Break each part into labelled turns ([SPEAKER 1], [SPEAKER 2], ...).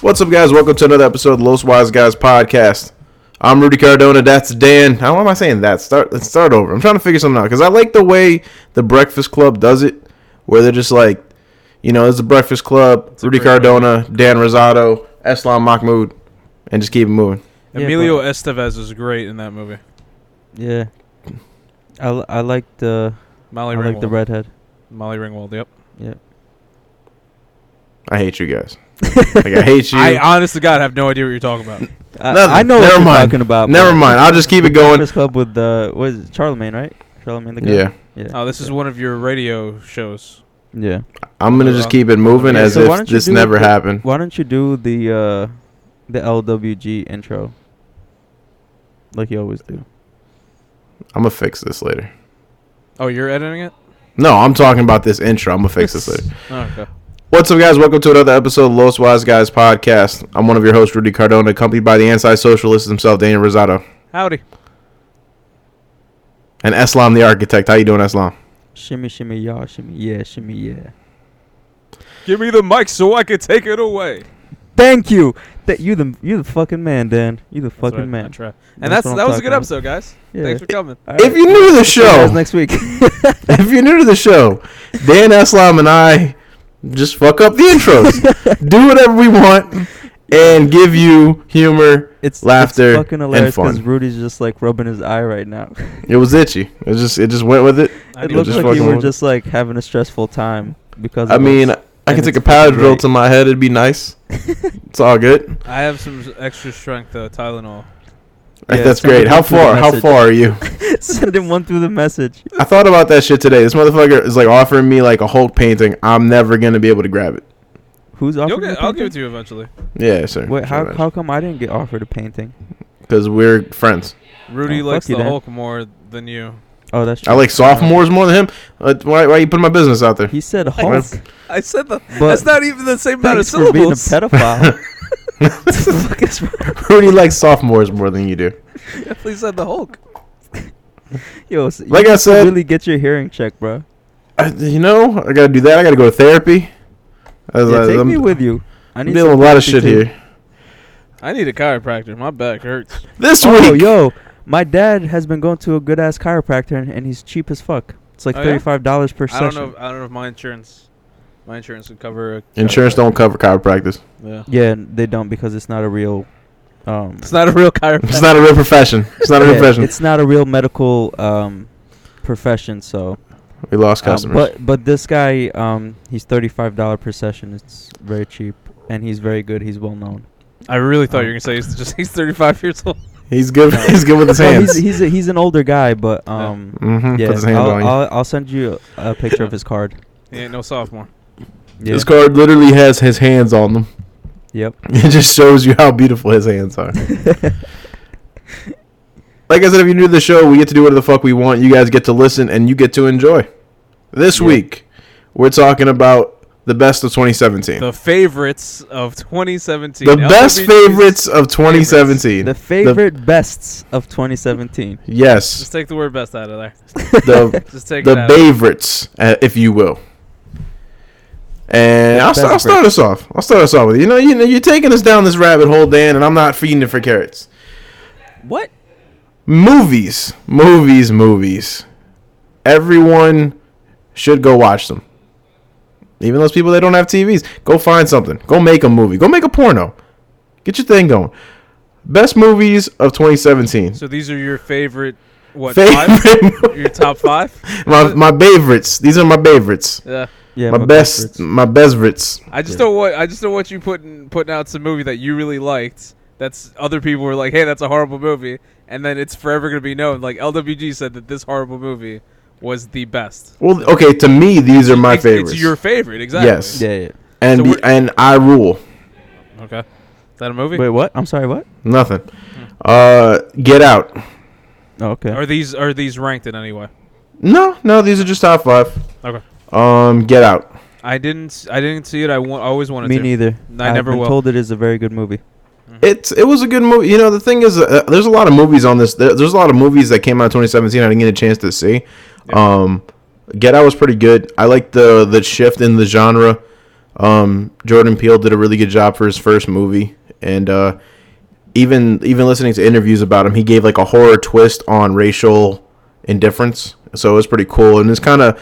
[SPEAKER 1] What's up, guys? Welcome to another episode of the Los Wise Guys podcast. I'm Rudy Cardona. That's Dan. How am I saying that? Start. Let's start over. I'm trying to figure something out because I like the way the Breakfast Club does it, where they're just like, you know, it's the Breakfast Club. Rudy Cardona, Dan Rosado, Eslam Mahmoud, and just keep it moving.
[SPEAKER 2] Emilio Estevez is great in that movie.
[SPEAKER 3] Yeah. I, li- I like the
[SPEAKER 2] Molly
[SPEAKER 3] I
[SPEAKER 2] Ringwald.
[SPEAKER 3] like the redhead.
[SPEAKER 2] Molly Ringwald. Yep.
[SPEAKER 3] Yeah.
[SPEAKER 1] I hate you guys. like I hate you.
[SPEAKER 2] I honest to God have no idea what you're talking about.
[SPEAKER 3] I,
[SPEAKER 1] Nothing.
[SPEAKER 3] I know
[SPEAKER 1] Never
[SPEAKER 3] what
[SPEAKER 1] mind.
[SPEAKER 3] you're talking about.
[SPEAKER 1] Never
[SPEAKER 3] but
[SPEAKER 1] mind. I'll just keep it going.
[SPEAKER 3] Breakfast Club with uh, what is it? Charlemagne, right? Charlemagne the guy.
[SPEAKER 1] Yeah,
[SPEAKER 3] Yeah.
[SPEAKER 2] Oh, this is one of your radio shows.
[SPEAKER 3] yeah.
[SPEAKER 1] I'm gonna just keep it moving
[SPEAKER 2] Yeah,
[SPEAKER 1] as
[SPEAKER 3] so why
[SPEAKER 1] if
[SPEAKER 3] don't you
[SPEAKER 1] this
[SPEAKER 3] do
[SPEAKER 1] never
[SPEAKER 3] the-
[SPEAKER 1] happened.
[SPEAKER 3] Why don't you do the uh, the LWG intro? Like you always do.
[SPEAKER 1] I'm gonna fix this later.
[SPEAKER 2] Oh, you're editing it?
[SPEAKER 1] No, I'm talking about this intro. I'm gonna fix this later.
[SPEAKER 2] Oh, okay.
[SPEAKER 1] What's up, guys? Welcome to another episode of Los Wise Guys podcast. I'm one of your hosts, Rudy Cardona, accompanied by the anti-socialist himself, Daniel Rosado,
[SPEAKER 2] Howdy.
[SPEAKER 1] and Eslam the architect. How you doing, Eslam?
[SPEAKER 3] Shimmy, shimmy, y'all, shimmy, yeah, shimmy, yeah.
[SPEAKER 2] Give me the mic so I can take it away.
[SPEAKER 3] Thank you. That you the you the fucking man, Dan. You the
[SPEAKER 2] That's
[SPEAKER 3] fucking
[SPEAKER 2] right, I
[SPEAKER 3] man.
[SPEAKER 2] try.
[SPEAKER 3] That's
[SPEAKER 2] And that's,
[SPEAKER 3] what I'm
[SPEAKER 2] that was a
[SPEAKER 3] talking
[SPEAKER 2] good
[SPEAKER 3] about.
[SPEAKER 2] episode, guys.
[SPEAKER 3] Yeah.
[SPEAKER 2] Thanks for coming.
[SPEAKER 3] All
[SPEAKER 1] If
[SPEAKER 3] right.
[SPEAKER 1] you're new to the
[SPEAKER 3] See you guys
[SPEAKER 1] show,
[SPEAKER 3] next week.
[SPEAKER 1] if you're new to the show, Dan Eslam and I just fuck up the intros, do whatever we want, and give you humor.
[SPEAKER 3] it's
[SPEAKER 1] Laughter
[SPEAKER 3] It's fucking
[SPEAKER 1] and
[SPEAKER 3] hilarious
[SPEAKER 1] fun.
[SPEAKER 3] because Rudy's just like rubbing his eye right now.
[SPEAKER 1] It was itchy. It was just it just went with it.
[SPEAKER 2] I
[SPEAKER 3] It
[SPEAKER 2] do
[SPEAKER 1] looked
[SPEAKER 3] looks
[SPEAKER 2] enjoy
[SPEAKER 1] just
[SPEAKER 3] like
[SPEAKER 1] fucking
[SPEAKER 3] you were
[SPEAKER 1] with it.
[SPEAKER 3] just like having a stressful time because.
[SPEAKER 1] I
[SPEAKER 3] of
[SPEAKER 1] mean,
[SPEAKER 3] us.
[SPEAKER 1] I
[SPEAKER 3] And
[SPEAKER 1] could take a
[SPEAKER 3] it's
[SPEAKER 1] power
[SPEAKER 3] fucking
[SPEAKER 1] drill
[SPEAKER 3] great.
[SPEAKER 1] to my head. It'd be nice. It's all good.
[SPEAKER 2] I have some s- extra strength, though. Tylenol.
[SPEAKER 3] Yeah,
[SPEAKER 1] That's
[SPEAKER 3] send
[SPEAKER 1] great.
[SPEAKER 3] it
[SPEAKER 1] How
[SPEAKER 3] through the
[SPEAKER 1] far? How
[SPEAKER 3] message.
[SPEAKER 1] far are you?
[SPEAKER 3] Send him one through the message.
[SPEAKER 1] I thought about that shit today. This motherfucker is like offering me like a Hulk painting. I'm never gonna be able to grab it.
[SPEAKER 3] Who's
[SPEAKER 2] You'll
[SPEAKER 3] offering?
[SPEAKER 2] get,
[SPEAKER 3] the
[SPEAKER 2] I'll give it
[SPEAKER 3] painting?
[SPEAKER 2] to you eventually.
[SPEAKER 1] Yeah, sir.
[SPEAKER 3] Wait, how, how come I didn't get offered a painting?
[SPEAKER 1] Because we're friends.
[SPEAKER 2] Rudy
[SPEAKER 3] Oh, fuck
[SPEAKER 2] likes
[SPEAKER 3] you,
[SPEAKER 2] the
[SPEAKER 3] Dan.
[SPEAKER 2] Hulk more than you.
[SPEAKER 3] Oh, that's true.
[SPEAKER 1] I like sophomores more than him. Uh, why, why you putting my business out there?
[SPEAKER 3] He said
[SPEAKER 1] Like,
[SPEAKER 3] Hulk.
[SPEAKER 2] I said the,
[SPEAKER 3] But
[SPEAKER 2] that's not even the same amount of
[SPEAKER 3] Thanks for being a
[SPEAKER 2] syllables.
[SPEAKER 3] pedophile. What the fuck is wrong?
[SPEAKER 1] Rudy likes sophomores more than you do.
[SPEAKER 2] definitely said the Hulk.
[SPEAKER 3] Yo, so you
[SPEAKER 1] Like I
[SPEAKER 3] need to
[SPEAKER 1] said-
[SPEAKER 3] really get your hearing checked, bro.
[SPEAKER 1] I, you know, I gotta do that. I gotta go to therapy. As
[SPEAKER 3] Yeah,
[SPEAKER 1] I,
[SPEAKER 3] take
[SPEAKER 1] am
[SPEAKER 3] me with you. I need
[SPEAKER 1] dealing
[SPEAKER 3] some
[SPEAKER 1] with a lot of
[SPEAKER 3] therapy
[SPEAKER 1] shit
[SPEAKER 3] too.
[SPEAKER 1] here.
[SPEAKER 2] I need a chiropractor. My back hurts.
[SPEAKER 1] This
[SPEAKER 3] Oh,
[SPEAKER 1] week,
[SPEAKER 3] yo, my dad has been going to a good ass chiropractor, and, and he's cheap as fuck. It's like
[SPEAKER 2] Oh, yeah?
[SPEAKER 3] thirty-five dollars per
[SPEAKER 2] I don't
[SPEAKER 3] session.
[SPEAKER 2] know. If, I don't know if my insurance, my insurance would cover. A
[SPEAKER 1] insurance don't cover chiropractors.
[SPEAKER 2] Yeah.
[SPEAKER 3] Yeah, n- they don't because it's not a real. Um,
[SPEAKER 2] It's not a real chiropractor.
[SPEAKER 1] It's not a real profession. It's not a real
[SPEAKER 3] yeah,
[SPEAKER 1] profession.
[SPEAKER 3] It's not a real medical um, profession. So,
[SPEAKER 1] We lost
[SPEAKER 3] um,
[SPEAKER 1] customers.
[SPEAKER 3] but but this guy, um, he's thirty-five dollar per session. It's very cheap, and he's very good. He's well known.
[SPEAKER 2] I really thought you were gonna say he's just he's 35 years old.
[SPEAKER 1] he's good. He's good with his
[SPEAKER 3] No, he's
[SPEAKER 1] hands.
[SPEAKER 3] he's a, he's an older guy, but um,
[SPEAKER 1] hmm
[SPEAKER 3] yeah,
[SPEAKER 1] Puts his hands
[SPEAKER 3] I'll,
[SPEAKER 1] on you.
[SPEAKER 3] I'll I'll send you a, a picture of his card.
[SPEAKER 2] He ain't no sophomore.
[SPEAKER 3] Yeah.
[SPEAKER 1] This card literally has his hands on them.
[SPEAKER 3] Yep.
[SPEAKER 1] It just shows you how beautiful his hands are. like I said, if you're new to the show, we get to do whatever the fuck we want. You guys get to listen and you get to enjoy. This
[SPEAKER 3] Yeah.
[SPEAKER 1] week, we're talking about the best of 2017. The,
[SPEAKER 2] The favorites of 2017.
[SPEAKER 1] best
[SPEAKER 2] LWGs.
[SPEAKER 1] favorites of 2017.
[SPEAKER 3] The favorite bests of 2017.
[SPEAKER 1] yes,
[SPEAKER 2] Just take the word best out of there.
[SPEAKER 1] the
[SPEAKER 2] Just take it
[SPEAKER 1] the
[SPEAKER 2] out.
[SPEAKER 1] favorites, uh, if you will. And I'll, st- I'll start us off. I'll start us off with you know you know you're taking us down this rabbit hole, Dan, and I'm not feeding it for carrots.
[SPEAKER 2] what?
[SPEAKER 1] movies, movies, movies. Everyone should go watch them. Even those people that don't have TVs, go find something. Go make a movie. Go make a porno. Get your thing going. Best movies of 2017.
[SPEAKER 2] So these are your favorite what?
[SPEAKER 1] Favorite
[SPEAKER 2] Five? your top five?
[SPEAKER 1] My my favorites. These are my favorites.
[SPEAKER 2] Yeah.
[SPEAKER 3] Yeah,
[SPEAKER 1] My best
[SPEAKER 3] favorites.
[SPEAKER 1] my bests.
[SPEAKER 2] I just don't want. I just don't want you putting putting out some movie that you really liked. That's other people were like, hey, that's a horrible movie, and then it's forever gonna be known. Like LWG said that this horrible movie was the best.
[SPEAKER 1] Well, okay, to me these are my
[SPEAKER 2] It's-
[SPEAKER 1] favorites.
[SPEAKER 2] It's your favorite, exactly.
[SPEAKER 1] Yes.
[SPEAKER 3] Yeah, yeah.
[SPEAKER 1] and
[SPEAKER 2] so
[SPEAKER 1] be-
[SPEAKER 2] we're-
[SPEAKER 1] and I rule.
[SPEAKER 2] Okay. Is that a movie?
[SPEAKER 3] Wait, what? I'm sorry, what?
[SPEAKER 1] Nothing.
[SPEAKER 2] Hmm.
[SPEAKER 1] Uh, Get Out.
[SPEAKER 3] Oh, okay.
[SPEAKER 2] Are these are these ranked in any way?
[SPEAKER 1] No, no, these are just top five.
[SPEAKER 2] Okay.
[SPEAKER 1] Um, Get Out.
[SPEAKER 2] I didn't I didn't see it. I wa- I always wanted
[SPEAKER 3] Me
[SPEAKER 2] to.
[SPEAKER 3] neither.
[SPEAKER 2] I
[SPEAKER 3] I've
[SPEAKER 2] never
[SPEAKER 3] been
[SPEAKER 2] will.
[SPEAKER 3] told it is a very good movie.
[SPEAKER 1] It's it was a good movie. You know, the thing is, uh, there's a lot of movies on this. There, there's a lot of movies that came out in 2017 I didn't get a chance to see. Um, Get Out was pretty good. I like the the shift in the genre. Um, Jordan Peele did a really good job for his first movie, and uh, even even listening to interviews about him, he gave like a horror twist on racial indifference. So it was pretty cool, and it's kind of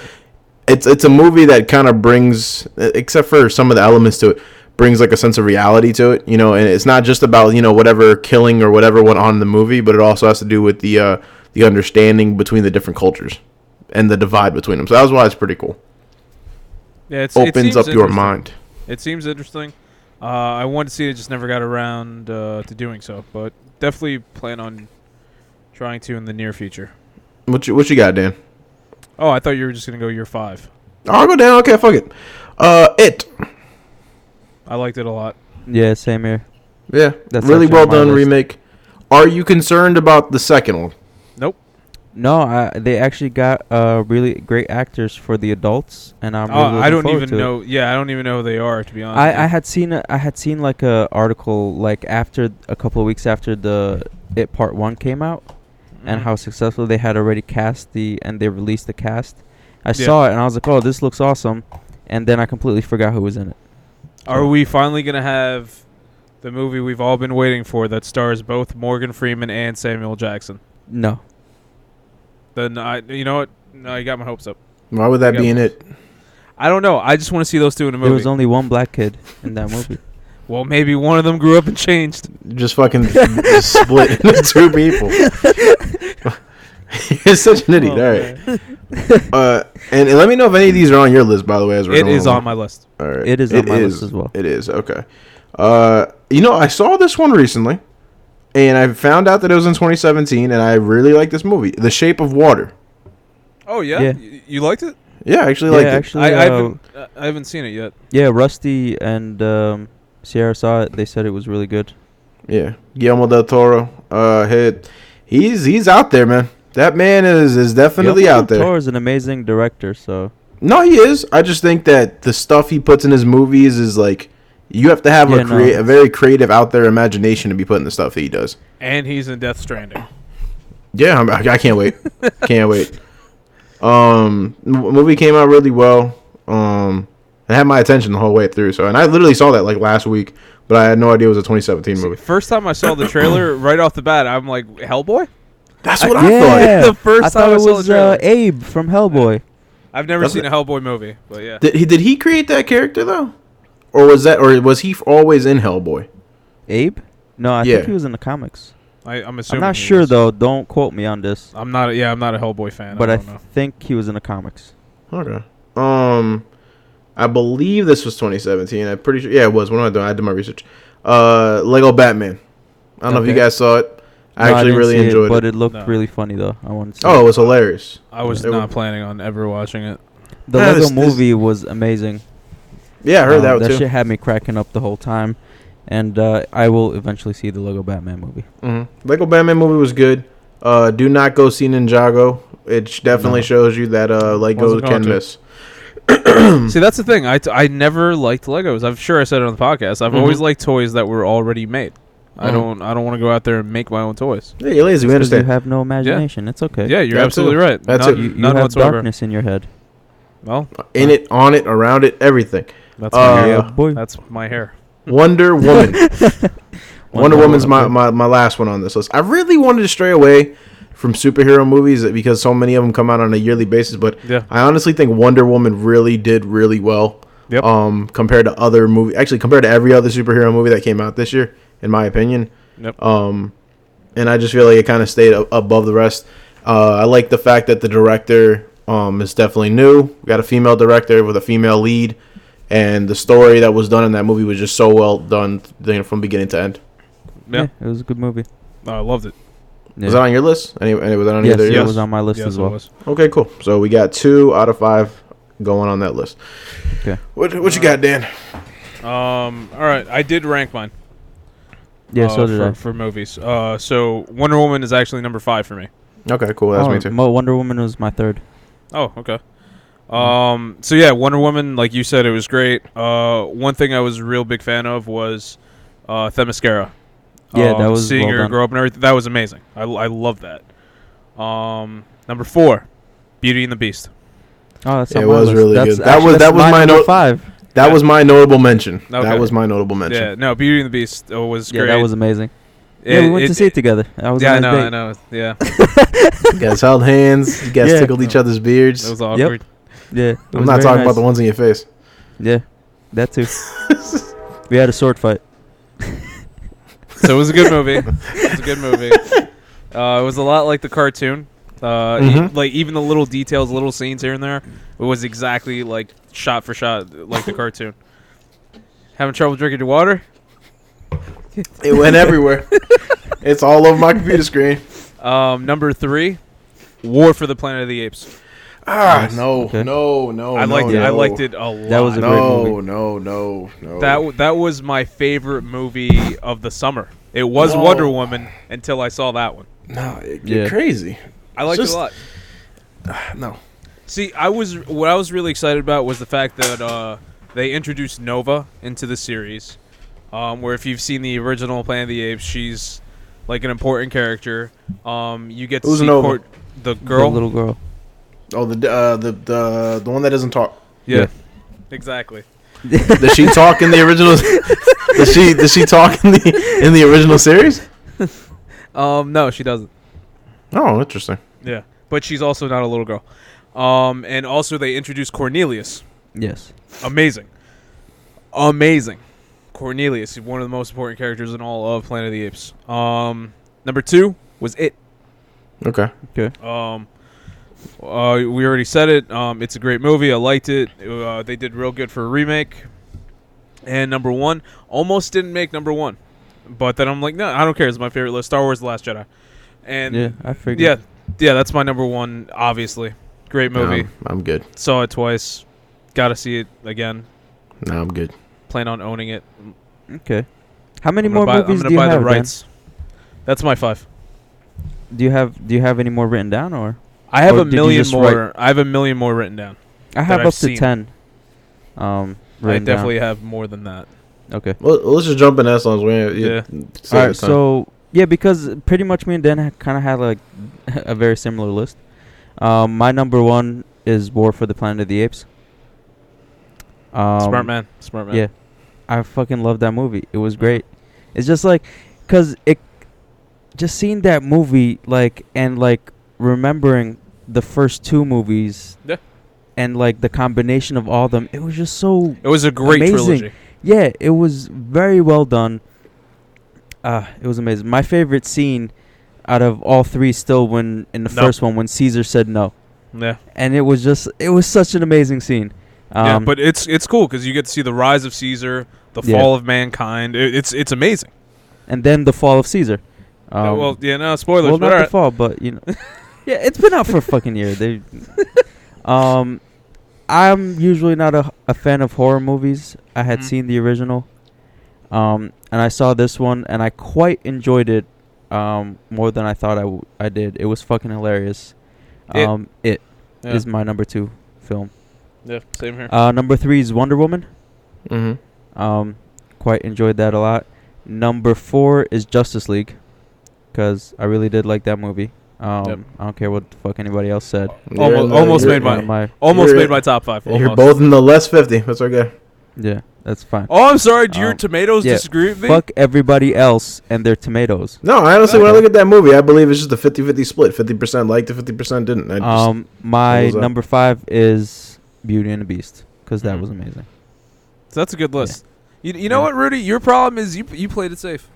[SPEAKER 1] it's it's a movie that kind of brings, except for some of the elements to it, brings like a sense of reality to it. You know, and it's not just about you know whatever killing or whatever went on in the movie, but it also has to do with the uh, the understanding between the different cultures and the divide between them. So that was why it's pretty cool.
[SPEAKER 2] Yeah, it's, it
[SPEAKER 1] Opens
[SPEAKER 2] seems
[SPEAKER 1] up your
[SPEAKER 2] interesting.
[SPEAKER 1] mind.
[SPEAKER 2] It seems interesting. Uh, I wanted to see it, just never got around uh, to doing so. But definitely plan on trying to in the near future.
[SPEAKER 1] What you what you got, Dan?
[SPEAKER 2] Oh, I thought you were just gonna go year five.
[SPEAKER 1] Oh, I'll go down. Okay, fuck it. Uh, it.
[SPEAKER 2] I liked it a lot.
[SPEAKER 3] Yeah, same here.
[SPEAKER 1] Yeah,
[SPEAKER 3] That's
[SPEAKER 1] really
[SPEAKER 3] actually
[SPEAKER 1] well
[SPEAKER 3] on my
[SPEAKER 1] done
[SPEAKER 3] list.
[SPEAKER 1] remake. Are you concerned about the second one?
[SPEAKER 2] Nope.
[SPEAKER 3] No, I, they actually got uh, really great actors for the adults, and I'm. Really
[SPEAKER 2] Uh, I
[SPEAKER 3] looking
[SPEAKER 2] don't
[SPEAKER 3] forward
[SPEAKER 2] even
[SPEAKER 3] to it.
[SPEAKER 2] know. uh, Yeah, I don't even know who they are to be honest. with you.
[SPEAKER 3] I, I had seen a, I had seen like a article like after a couple of weeks after the it part one came out and
[SPEAKER 2] Mhm.
[SPEAKER 3] how successful they had already cast the and they released the cast. I
[SPEAKER 2] Yeah.
[SPEAKER 3] saw it and I was like, oh, this looks awesome, and then I completely forgot who was in it.
[SPEAKER 2] Are we finally going to have the movie we've all been waiting for that stars both Morgan Freeman and Samuel Jackson?
[SPEAKER 3] No,
[SPEAKER 2] Then I, you know what? No, you got my hopes up.
[SPEAKER 1] Why would that
[SPEAKER 2] Yeah.
[SPEAKER 1] be in it?
[SPEAKER 2] I don't know. I just want to see those two in a
[SPEAKER 3] there
[SPEAKER 2] movie.
[SPEAKER 3] was only one black kid in that movie.
[SPEAKER 2] well, maybe one of them grew up and changed.
[SPEAKER 1] Just fucking split into two people. You're such an idiot.
[SPEAKER 2] Oh,
[SPEAKER 1] All right.
[SPEAKER 2] man.
[SPEAKER 1] Uh, and, and let me know if any of these are on your list, by the way. As we're
[SPEAKER 2] It
[SPEAKER 1] going
[SPEAKER 2] is on my list.
[SPEAKER 1] All right.
[SPEAKER 3] It is on my list as well.
[SPEAKER 1] It is okay. Uh, you know, I saw this one recently, and I found out that it was in 2017, and I really like this movie, The Shape of Water.
[SPEAKER 2] Oh yeah,
[SPEAKER 3] Yeah.
[SPEAKER 2] Y- you liked it?
[SPEAKER 1] Yeah, I actually
[SPEAKER 3] yeah,
[SPEAKER 1] like it.
[SPEAKER 3] actually,
[SPEAKER 2] I, I
[SPEAKER 3] uh,
[SPEAKER 2] haven't. uh, I haven't seen it yet.
[SPEAKER 3] yeah, Rusty and um, Sierra saw it. They said it was really good.
[SPEAKER 1] Yeah, Guillermo del Toro. Uh, hit. He's he's out there, man. That man is is definitely
[SPEAKER 3] Guillermo
[SPEAKER 1] out there.
[SPEAKER 3] del Toro is an amazing director, so
[SPEAKER 1] No, he is. I just think that the stuff he puts in his movies is like you have to have
[SPEAKER 3] Yeah,
[SPEAKER 1] a
[SPEAKER 3] no.
[SPEAKER 1] create a very creative, out there imagination to be putting the stuff that he does.
[SPEAKER 2] And he's in Death Stranding.
[SPEAKER 1] Yeah, I'm, I I can't wait. can't wait. Um, m- movie came out really well. Um, it had my attention the whole way through. So, and I literally saw that like last week, but I had no idea it was a 2017 movie.
[SPEAKER 2] First time I saw the trailer, right off the bat, I'm like, Hellboy.
[SPEAKER 1] That's what I,
[SPEAKER 3] Uh, yeah.
[SPEAKER 1] thought.
[SPEAKER 2] The first
[SPEAKER 3] I
[SPEAKER 2] time
[SPEAKER 3] thought
[SPEAKER 2] I
[SPEAKER 3] it
[SPEAKER 2] saw the
[SPEAKER 3] was
[SPEAKER 2] trailer.
[SPEAKER 3] uh, Abe from Hellboy.
[SPEAKER 2] I've never
[SPEAKER 1] That's
[SPEAKER 2] seen
[SPEAKER 1] it.
[SPEAKER 2] a Hellboy movie, but yeah.
[SPEAKER 1] Did he did he create that character though, or was that or was he f- always in Hellboy?
[SPEAKER 3] Abe? No, I
[SPEAKER 1] Yeah.
[SPEAKER 3] think he was in the comics.
[SPEAKER 2] I, I'm assuming.
[SPEAKER 3] I'm not
[SPEAKER 2] he
[SPEAKER 3] sure
[SPEAKER 2] was.
[SPEAKER 3] though. Don't quote me on this,
[SPEAKER 2] I'm not. A, yeah, I'm not a Hellboy fan.
[SPEAKER 3] but
[SPEAKER 2] I
[SPEAKER 3] I,
[SPEAKER 2] don't know.
[SPEAKER 3] think he was in the comics.
[SPEAKER 1] Okay. Um, I believe this was 2017. I'm pretty sure. Yeah, it was. What am I doing? I did my research. Uh, Lego Batman. I don't know if you
[SPEAKER 3] Okay.
[SPEAKER 1] guys saw it. I
[SPEAKER 3] No,
[SPEAKER 1] actually
[SPEAKER 3] didn't
[SPEAKER 1] really
[SPEAKER 3] see
[SPEAKER 1] enjoyed
[SPEAKER 3] but
[SPEAKER 1] it.
[SPEAKER 3] it looked
[SPEAKER 2] No.
[SPEAKER 3] really funny though. I want to. See
[SPEAKER 1] Oh, it
[SPEAKER 3] it.
[SPEAKER 1] was hilarious.
[SPEAKER 2] I was
[SPEAKER 1] It
[SPEAKER 2] not
[SPEAKER 1] was-
[SPEAKER 2] planning on ever watching it.
[SPEAKER 3] the
[SPEAKER 1] yeah,
[SPEAKER 3] Lego
[SPEAKER 1] this- this-
[SPEAKER 3] movie was amazing.
[SPEAKER 1] Yeah, I heard
[SPEAKER 3] Um,
[SPEAKER 1] that, too.
[SPEAKER 3] shit had me cracking up the whole time, and uh, I will eventually see the Lego Batman movie.
[SPEAKER 1] hmm
[SPEAKER 3] Mm-hmm.
[SPEAKER 1] Lego Batman movie was good. Uh, do not go see Ninjago. It sh- definitely
[SPEAKER 3] No.
[SPEAKER 1] shows you that uh, Lego
[SPEAKER 2] Wasn't going
[SPEAKER 1] can
[SPEAKER 2] to.
[SPEAKER 1] miss.
[SPEAKER 3] Hmm.
[SPEAKER 2] See, that's the thing. I, t- I never liked Legos. I'm sure I said it on the podcast. I've always
[SPEAKER 1] Mhm.
[SPEAKER 3] Mm-hmm.
[SPEAKER 2] liked toys that were already made. I
[SPEAKER 1] Mhm.
[SPEAKER 2] don't I don't want to go out there and make my own toys.
[SPEAKER 1] Yeah, you're lazy.
[SPEAKER 3] It's
[SPEAKER 1] We
[SPEAKER 3] 'cause You
[SPEAKER 1] understand.
[SPEAKER 3] have no imagination. It's okay.
[SPEAKER 2] Yeah, you're
[SPEAKER 1] That's
[SPEAKER 2] absolutely
[SPEAKER 1] it.
[SPEAKER 2] right.
[SPEAKER 1] That's
[SPEAKER 2] None-
[SPEAKER 1] it.
[SPEAKER 3] You, you
[SPEAKER 2] none
[SPEAKER 3] have
[SPEAKER 2] whatsoever.
[SPEAKER 3] darkness in your head.
[SPEAKER 2] Well,
[SPEAKER 1] In it, on it, around it, everything.
[SPEAKER 2] that's
[SPEAKER 1] Uh,
[SPEAKER 2] my
[SPEAKER 3] yeah,
[SPEAKER 2] hair.
[SPEAKER 3] boy.
[SPEAKER 2] That's my hair.
[SPEAKER 1] Wonder Woman. Wonder,
[SPEAKER 3] Wonder
[SPEAKER 1] Woman's my,
[SPEAKER 3] Woman,
[SPEAKER 1] my, my last one on this list. I really wanted to stray away from superhero movies because so many of them come out on a yearly basis, but
[SPEAKER 2] Yeah.
[SPEAKER 1] I honestly think Wonder Woman really did really well
[SPEAKER 2] Yep.
[SPEAKER 1] um, compared to other movie. Actually, compared to every other superhero movie that came out this year, in my opinion.
[SPEAKER 3] Oh,
[SPEAKER 2] Yep.
[SPEAKER 1] Um, and I just feel like it kind of stayed a- above the rest. Uh, I like the fact that the director um, is definitely new. We got a female director with a female lead, and the story that was done in that movie was just so well done you know, from beginning to end.
[SPEAKER 2] yeah.
[SPEAKER 3] Yeah, it was a good movie.
[SPEAKER 2] I loved it.
[SPEAKER 3] Yeah.
[SPEAKER 1] Was that on your list? Any, any was that on
[SPEAKER 3] yes,
[SPEAKER 1] either?
[SPEAKER 3] it
[SPEAKER 1] Yes.
[SPEAKER 3] was on my list
[SPEAKER 2] Yes,
[SPEAKER 3] as
[SPEAKER 2] it
[SPEAKER 3] well.
[SPEAKER 2] was.
[SPEAKER 1] Okay, cool. So we got two out of five going on that list.
[SPEAKER 3] Okay.
[SPEAKER 1] What what you got, Dan?
[SPEAKER 2] Um, all right, I did rank mine.
[SPEAKER 3] Yeah,
[SPEAKER 2] uh,
[SPEAKER 3] so did
[SPEAKER 2] for,
[SPEAKER 3] I.
[SPEAKER 2] for movies. Uh, so Wonder Woman is actually number five for me.
[SPEAKER 1] Okay, cool. That's
[SPEAKER 3] oh,
[SPEAKER 1] me too.
[SPEAKER 3] Mo- Wonder Woman was my third.
[SPEAKER 2] Oh, okay.
[SPEAKER 3] Hmm.
[SPEAKER 2] Um, so yeah, Wonder Woman, like you said, it was great. Uh, one thing I was a real big fan of was uh, Themyscira.
[SPEAKER 3] Yeah, that
[SPEAKER 2] Um,
[SPEAKER 3] was
[SPEAKER 2] seeing
[SPEAKER 3] well
[SPEAKER 2] her
[SPEAKER 3] done.
[SPEAKER 2] grow up and everything. That was amazing. I, I love that. Um, number four, Beauty and the Beast.
[SPEAKER 3] Oh, that's
[SPEAKER 1] It
[SPEAKER 3] not my
[SPEAKER 1] was
[SPEAKER 3] list.
[SPEAKER 1] really
[SPEAKER 3] That's
[SPEAKER 1] good. That was-
[SPEAKER 3] that's
[SPEAKER 1] that was my
[SPEAKER 3] number
[SPEAKER 1] note-
[SPEAKER 3] five.
[SPEAKER 1] That was my notable mention.
[SPEAKER 2] Okay.
[SPEAKER 1] That was my notable mention.
[SPEAKER 2] Yeah, no, Beauty and the Beast uh, was
[SPEAKER 3] Yeah,
[SPEAKER 2] great.
[SPEAKER 3] that was amazing. yeah, we went to see it together. That was a
[SPEAKER 2] yeah, I
[SPEAKER 3] nice
[SPEAKER 2] know, I
[SPEAKER 3] date.
[SPEAKER 2] know. Yeah,
[SPEAKER 1] You guys held hands. You guys
[SPEAKER 3] Yeah.
[SPEAKER 1] tickled each other's
[SPEAKER 2] that
[SPEAKER 1] beards.
[SPEAKER 2] was awkward.
[SPEAKER 3] Yeah, it
[SPEAKER 1] I'm
[SPEAKER 3] was
[SPEAKER 1] not
[SPEAKER 3] very
[SPEAKER 1] talking about
[SPEAKER 3] nice.
[SPEAKER 1] the ones in your face.
[SPEAKER 3] Yeah, that too. we had a sword fight.
[SPEAKER 2] so it was a good movie. it was a good movie. Uh, it was a lot like the cartoon. Uh, e-
[SPEAKER 1] Mhm.
[SPEAKER 2] like even the little details, little scenes here and there, it was exactly like shot for shot like the cartoon. Having trouble drinking your water?
[SPEAKER 1] It went everywhere. It's all over my computer screen.
[SPEAKER 2] Um, number three, War for the Planet of the Apes.
[SPEAKER 1] Ah, no,
[SPEAKER 3] Okay.
[SPEAKER 1] no, no.
[SPEAKER 2] I
[SPEAKER 1] no,
[SPEAKER 2] liked it. I
[SPEAKER 1] no.
[SPEAKER 2] liked it a lot.
[SPEAKER 3] Oh, That was a great
[SPEAKER 1] No,
[SPEAKER 3] movie.
[SPEAKER 1] no, no, no.
[SPEAKER 2] that w- that was my favorite movie of the summer. It was
[SPEAKER 1] No.
[SPEAKER 2] Wonder Woman until I saw that one.
[SPEAKER 1] no, it,
[SPEAKER 3] Yeah.
[SPEAKER 1] you're crazy.
[SPEAKER 2] I liked it
[SPEAKER 1] Just-
[SPEAKER 2] a lot.
[SPEAKER 1] No.
[SPEAKER 2] See, I was what I was really excited about was the fact that uh, they introduced Nova into the series, um, where if you've seen the original Planet of the Apes, she's like an important character. Um, you get to
[SPEAKER 1] Who's
[SPEAKER 2] see
[SPEAKER 1] Nova?
[SPEAKER 2] Cor- the
[SPEAKER 3] The
[SPEAKER 2] girl.
[SPEAKER 3] little girl.
[SPEAKER 1] Oh, the uh, the the the one that doesn't talk.
[SPEAKER 2] yeah.
[SPEAKER 3] Yeah.
[SPEAKER 2] exactly.
[SPEAKER 1] Does she talk in the original? does she does she talk in the in the original series?
[SPEAKER 2] Um, no, she doesn't.
[SPEAKER 1] Oh, interesting.
[SPEAKER 2] Yeah, but she's also not a little girl. Um, and also they introduced Cornelius.
[SPEAKER 3] Yes.
[SPEAKER 2] Amazing, amazing. Cornelius, one of the most important characters in all of Planet of the Apes. Um, number two was it.
[SPEAKER 1] Okay.
[SPEAKER 3] Okay.
[SPEAKER 2] Um, uh, we already said it. Um, it's a great movie. I liked it. Uh, they did real good for a remake. And number one almost didn't make number one, but then I'm like, no, I don't care. It's my favorite list. Star Wars: The Last Jedi. And
[SPEAKER 3] Yeah,
[SPEAKER 2] yeah,
[SPEAKER 3] I figured.
[SPEAKER 2] yeah, that's my number one. Obviously, great movie.
[SPEAKER 1] No, I'm, I'm good.
[SPEAKER 2] Saw it twice. Got to see it again.
[SPEAKER 1] No, I'm good.
[SPEAKER 2] Plan on owning it.
[SPEAKER 3] Okay. How many
[SPEAKER 2] I'm
[SPEAKER 3] more
[SPEAKER 2] gonna buy, I'm
[SPEAKER 3] movies
[SPEAKER 2] gonna
[SPEAKER 3] do you
[SPEAKER 2] buy
[SPEAKER 3] have?
[SPEAKER 2] the
[SPEAKER 3] Dan?
[SPEAKER 2] rights. That's my five.
[SPEAKER 3] Do you have Do you have any more written down or?
[SPEAKER 2] I have
[SPEAKER 3] Or
[SPEAKER 2] a
[SPEAKER 3] Oh, did you
[SPEAKER 2] million
[SPEAKER 3] just write-
[SPEAKER 2] more. I have a million more written down.
[SPEAKER 3] I have
[SPEAKER 2] I've
[SPEAKER 3] up
[SPEAKER 2] seen.
[SPEAKER 3] to ten. Um, written
[SPEAKER 2] I
[SPEAKER 3] down.
[SPEAKER 2] definitely have more than that.
[SPEAKER 3] Okay.
[SPEAKER 1] Well, let's just jump in that songs. We ain't-
[SPEAKER 2] Yeah.
[SPEAKER 1] save
[SPEAKER 3] All
[SPEAKER 1] the time.
[SPEAKER 3] right. So yeah, because pretty much me and Dan kind of had like a very similar list. Um, my number one is War for the Planet of the Apes. Um,
[SPEAKER 2] smart man. Smart man.
[SPEAKER 3] yeah. I fucking love that movie. It was great. It's just like, cause it, just seeing that movie like and like remembering the first two movies.
[SPEAKER 2] Yeah.
[SPEAKER 3] And like the combination of all them, it was just so
[SPEAKER 2] It was a great
[SPEAKER 3] Amazing.
[SPEAKER 2] trilogy.
[SPEAKER 3] yeah, it was very well done. Uh, it was amazing. My favorite scene out of all three still when in the
[SPEAKER 2] No.
[SPEAKER 3] first one when Caesar said no.
[SPEAKER 2] Yeah,
[SPEAKER 3] And it was just it was such an amazing scene. Um
[SPEAKER 2] yeah, but it's it's cool because you get to see the rise of Caesar, the
[SPEAKER 3] Yeah.
[SPEAKER 2] fall of mankind. It, it's it's amazing.
[SPEAKER 3] and then the fall of Caesar. Um,
[SPEAKER 2] Uh, well, yeah, no spoilers,
[SPEAKER 3] well,
[SPEAKER 2] but
[SPEAKER 3] not the
[SPEAKER 2] alright.
[SPEAKER 3] fall, but you know. yeah, it's been out for a fucking year. They um I'm usually not a, a fan of horror movies. I had
[SPEAKER 2] Mhm.
[SPEAKER 3] seen the original. Um and I saw this one and I quite enjoyed it um more than I thought I, w- I did. It was fucking hilarious.
[SPEAKER 2] It-
[SPEAKER 3] Um it is
[SPEAKER 2] yeah.
[SPEAKER 3] my number 2 film.
[SPEAKER 2] yeah, same here.
[SPEAKER 3] Uh number 3 is Wonder Woman.
[SPEAKER 1] Mhm.
[SPEAKER 3] Um quite enjoyed that a lot. Number 4 is Justice League cuz I really did like that movie. Um
[SPEAKER 2] Yep.
[SPEAKER 3] I don't care what the fuck anybody else said.
[SPEAKER 1] You're
[SPEAKER 2] Almo-
[SPEAKER 1] in
[SPEAKER 2] almost
[SPEAKER 1] you're
[SPEAKER 2] made mine.
[SPEAKER 1] in
[SPEAKER 3] One of my
[SPEAKER 2] almost
[SPEAKER 1] you're-
[SPEAKER 2] made my top five.
[SPEAKER 1] You're
[SPEAKER 2] almost.
[SPEAKER 1] both in the less fifty. That's okay.
[SPEAKER 3] Yeah, that's fine.
[SPEAKER 2] Oh, I'm sorry. Do your
[SPEAKER 3] Um,
[SPEAKER 2] tomatoes
[SPEAKER 3] yeah,
[SPEAKER 2] disagree with me?
[SPEAKER 3] Fuck everybody else and their tomatoes.
[SPEAKER 1] No, I honestly, when I
[SPEAKER 3] Okay.
[SPEAKER 1] look at that movie, I believe it's just a 50-50 split. Fifty percent liked it, fifty percent didn't. I just,
[SPEAKER 3] Um, my
[SPEAKER 1] Rules up.
[SPEAKER 3] number five is Beauty and the Beast because that
[SPEAKER 2] Mhm.
[SPEAKER 3] was amazing.
[SPEAKER 2] So that's a good list. You, you know
[SPEAKER 3] Yeah.
[SPEAKER 2] what, Rudy? Your problem is you you played it safe.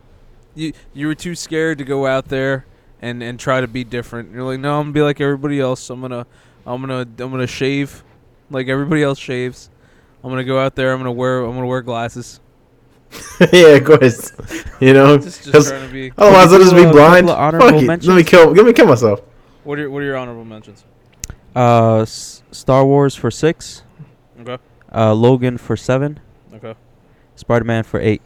[SPEAKER 2] You you were too scared to go out there and and try to be different. You're like, no, I'm gonna be like everybody else. I'm gonna I'm gonna I'm gonna shave like everybody else shaves. I'm gonna go out there. I'm gonna wear I'm gonna wear glasses.
[SPEAKER 1] yeah, of course. You know,
[SPEAKER 2] Just,
[SPEAKER 1] 'cause
[SPEAKER 2] just trying to be.
[SPEAKER 1] otherwise I'll
[SPEAKER 3] Can we
[SPEAKER 1] just
[SPEAKER 3] do
[SPEAKER 1] be
[SPEAKER 3] a
[SPEAKER 1] blind.
[SPEAKER 3] couple of honorable
[SPEAKER 1] Fuck it. Let me
[SPEAKER 3] mentions?
[SPEAKER 1] kill. Let me kill myself.
[SPEAKER 2] What are your, what are your honorable mentions?
[SPEAKER 3] Uh, S- Star Wars for six.
[SPEAKER 2] Okay.
[SPEAKER 3] Uh, Logan for seven.
[SPEAKER 2] Okay.
[SPEAKER 3] Spider-Man for eight.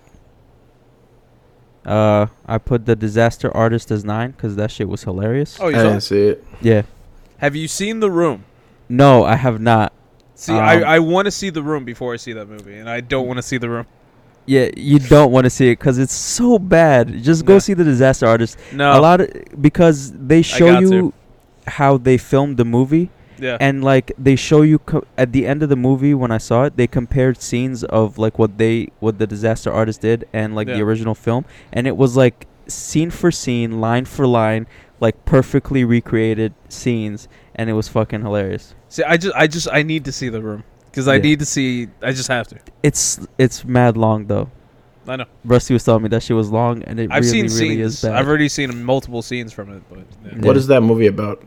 [SPEAKER 3] Uh, I put the Disaster Artist as nine because that shit was hilarious.
[SPEAKER 2] Oh,
[SPEAKER 1] I
[SPEAKER 2] you saw
[SPEAKER 1] didn't
[SPEAKER 2] it?
[SPEAKER 1] see it.
[SPEAKER 3] Yeah.
[SPEAKER 2] Have you seen The Room?
[SPEAKER 3] No, I have not.
[SPEAKER 2] See, I,
[SPEAKER 3] Um,
[SPEAKER 2] I want to see The Room before I see that movie, and I don't want to see The Room.
[SPEAKER 3] Yeah, you don't want to see it because it's so bad. Just go
[SPEAKER 2] No.
[SPEAKER 3] see the Disaster Artist.
[SPEAKER 2] No.
[SPEAKER 3] A lot of, because they show
[SPEAKER 2] got
[SPEAKER 3] you
[SPEAKER 2] to.
[SPEAKER 3] how they filmed the movie,
[SPEAKER 2] Yeah.
[SPEAKER 3] and like they show you co- at the end of the movie when I saw it, they compared scenes of like what they what the Disaster Artist did and like the
[SPEAKER 2] Yeah.
[SPEAKER 3] original film, and it was like scene for scene, line for line, like perfectly recreated scenes, and it was fucking hilarious.
[SPEAKER 2] see, I just, I just, I need to see The Room because I
[SPEAKER 3] Yeah.
[SPEAKER 2] need to see. I just have to.
[SPEAKER 3] It's it's mad long though.
[SPEAKER 2] I know.
[SPEAKER 3] Rusty was telling me that shit was long, and it
[SPEAKER 2] I've
[SPEAKER 3] really
[SPEAKER 2] seen
[SPEAKER 3] really is
[SPEAKER 2] scenes.
[SPEAKER 3] bad.
[SPEAKER 2] I've already seen multiple scenes from it, but yeah.
[SPEAKER 3] Yeah.
[SPEAKER 1] What is that movie about?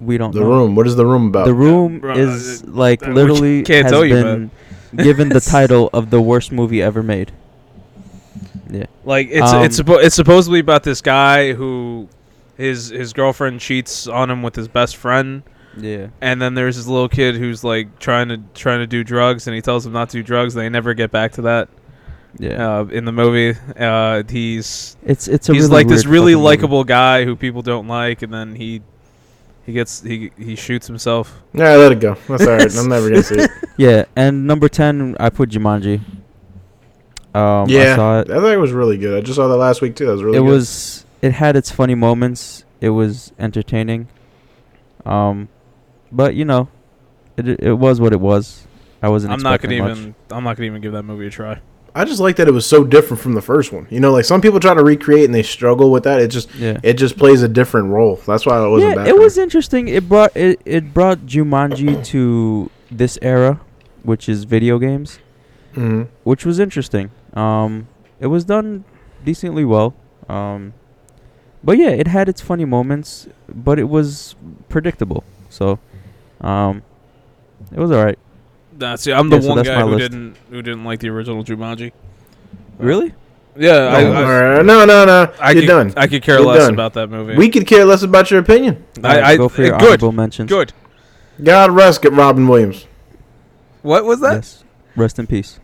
[SPEAKER 3] we don't
[SPEAKER 1] The
[SPEAKER 3] know.
[SPEAKER 1] Room. What is the room about?
[SPEAKER 3] Uh-huh. The room
[SPEAKER 2] bro,
[SPEAKER 3] is
[SPEAKER 2] uh,
[SPEAKER 3] like
[SPEAKER 2] uh, we
[SPEAKER 3] literally
[SPEAKER 2] can't
[SPEAKER 3] has
[SPEAKER 2] tell you,
[SPEAKER 3] been given the title of the worst movie ever made. Yeah.
[SPEAKER 2] like it's
[SPEAKER 3] Um,
[SPEAKER 2] it's suppo- it's supposedly about this guy who his his girlfriend cheats on him with his best friend,
[SPEAKER 3] Yeah.
[SPEAKER 2] and then there's this little kid who's like trying to trying to do drugs, and he tells him not to do drugs. They never get back to that
[SPEAKER 3] Yeah.
[SPEAKER 2] uh, in the movie. Uh, he's
[SPEAKER 3] it's it's a
[SPEAKER 2] he's
[SPEAKER 3] really
[SPEAKER 2] like this
[SPEAKER 3] weird
[SPEAKER 2] really
[SPEAKER 3] fucking movie.
[SPEAKER 2] likable guy who people don't like, and then he he gets he he shoots himself.
[SPEAKER 1] All right, let it go. That's all right. I'm never gonna see it.
[SPEAKER 3] Yeah, and number 10 I put Jumanji. Um
[SPEAKER 1] yeah,
[SPEAKER 3] I saw it.
[SPEAKER 1] thought it was really good. I just saw that last week too. That was really.
[SPEAKER 3] it
[SPEAKER 1] good.
[SPEAKER 3] was it had its funny moments. It was entertaining. Um but you know, it it was what it was. I wasn't
[SPEAKER 2] I'm not gonna
[SPEAKER 3] expecting much.
[SPEAKER 2] even I'm not gonna even give that movie a try.
[SPEAKER 1] I just like that it was so different from the first one. You know, like some people try to recreate and they struggle with that. It just
[SPEAKER 3] Yeah.
[SPEAKER 1] it just plays a different role. That's why it wasn't
[SPEAKER 3] yeah,
[SPEAKER 1] bad.
[SPEAKER 3] it
[SPEAKER 1] for me.
[SPEAKER 3] was interesting. It brought it, it brought Jumanji to this era, which is video games,
[SPEAKER 1] Mhm.
[SPEAKER 3] which was interesting. Um, it was done decently well. Um, but yeah, it had its funny moments, but it was predictable. So, um, it was all right.
[SPEAKER 2] Nah, see, I'm the
[SPEAKER 3] Yeah, so
[SPEAKER 2] one
[SPEAKER 3] that's
[SPEAKER 2] guy
[SPEAKER 3] my
[SPEAKER 2] who
[SPEAKER 3] list.
[SPEAKER 2] didn't who didn't like the original Jumanji.
[SPEAKER 3] Really?
[SPEAKER 2] Yeah,
[SPEAKER 1] No,
[SPEAKER 2] I, I,
[SPEAKER 1] Oh, all right. no, no, no.
[SPEAKER 2] I
[SPEAKER 1] You're
[SPEAKER 2] could,
[SPEAKER 1] done.
[SPEAKER 2] I could care
[SPEAKER 1] You're
[SPEAKER 2] less
[SPEAKER 1] done.
[SPEAKER 2] about that movie.
[SPEAKER 1] we could care less about your opinion.
[SPEAKER 2] I, I,
[SPEAKER 3] go for
[SPEAKER 2] uh,
[SPEAKER 3] your
[SPEAKER 2] good,
[SPEAKER 3] honorable mentions.
[SPEAKER 2] good.
[SPEAKER 1] God rest Robin Williams.
[SPEAKER 2] What was that?
[SPEAKER 3] Yes. Rest in peace.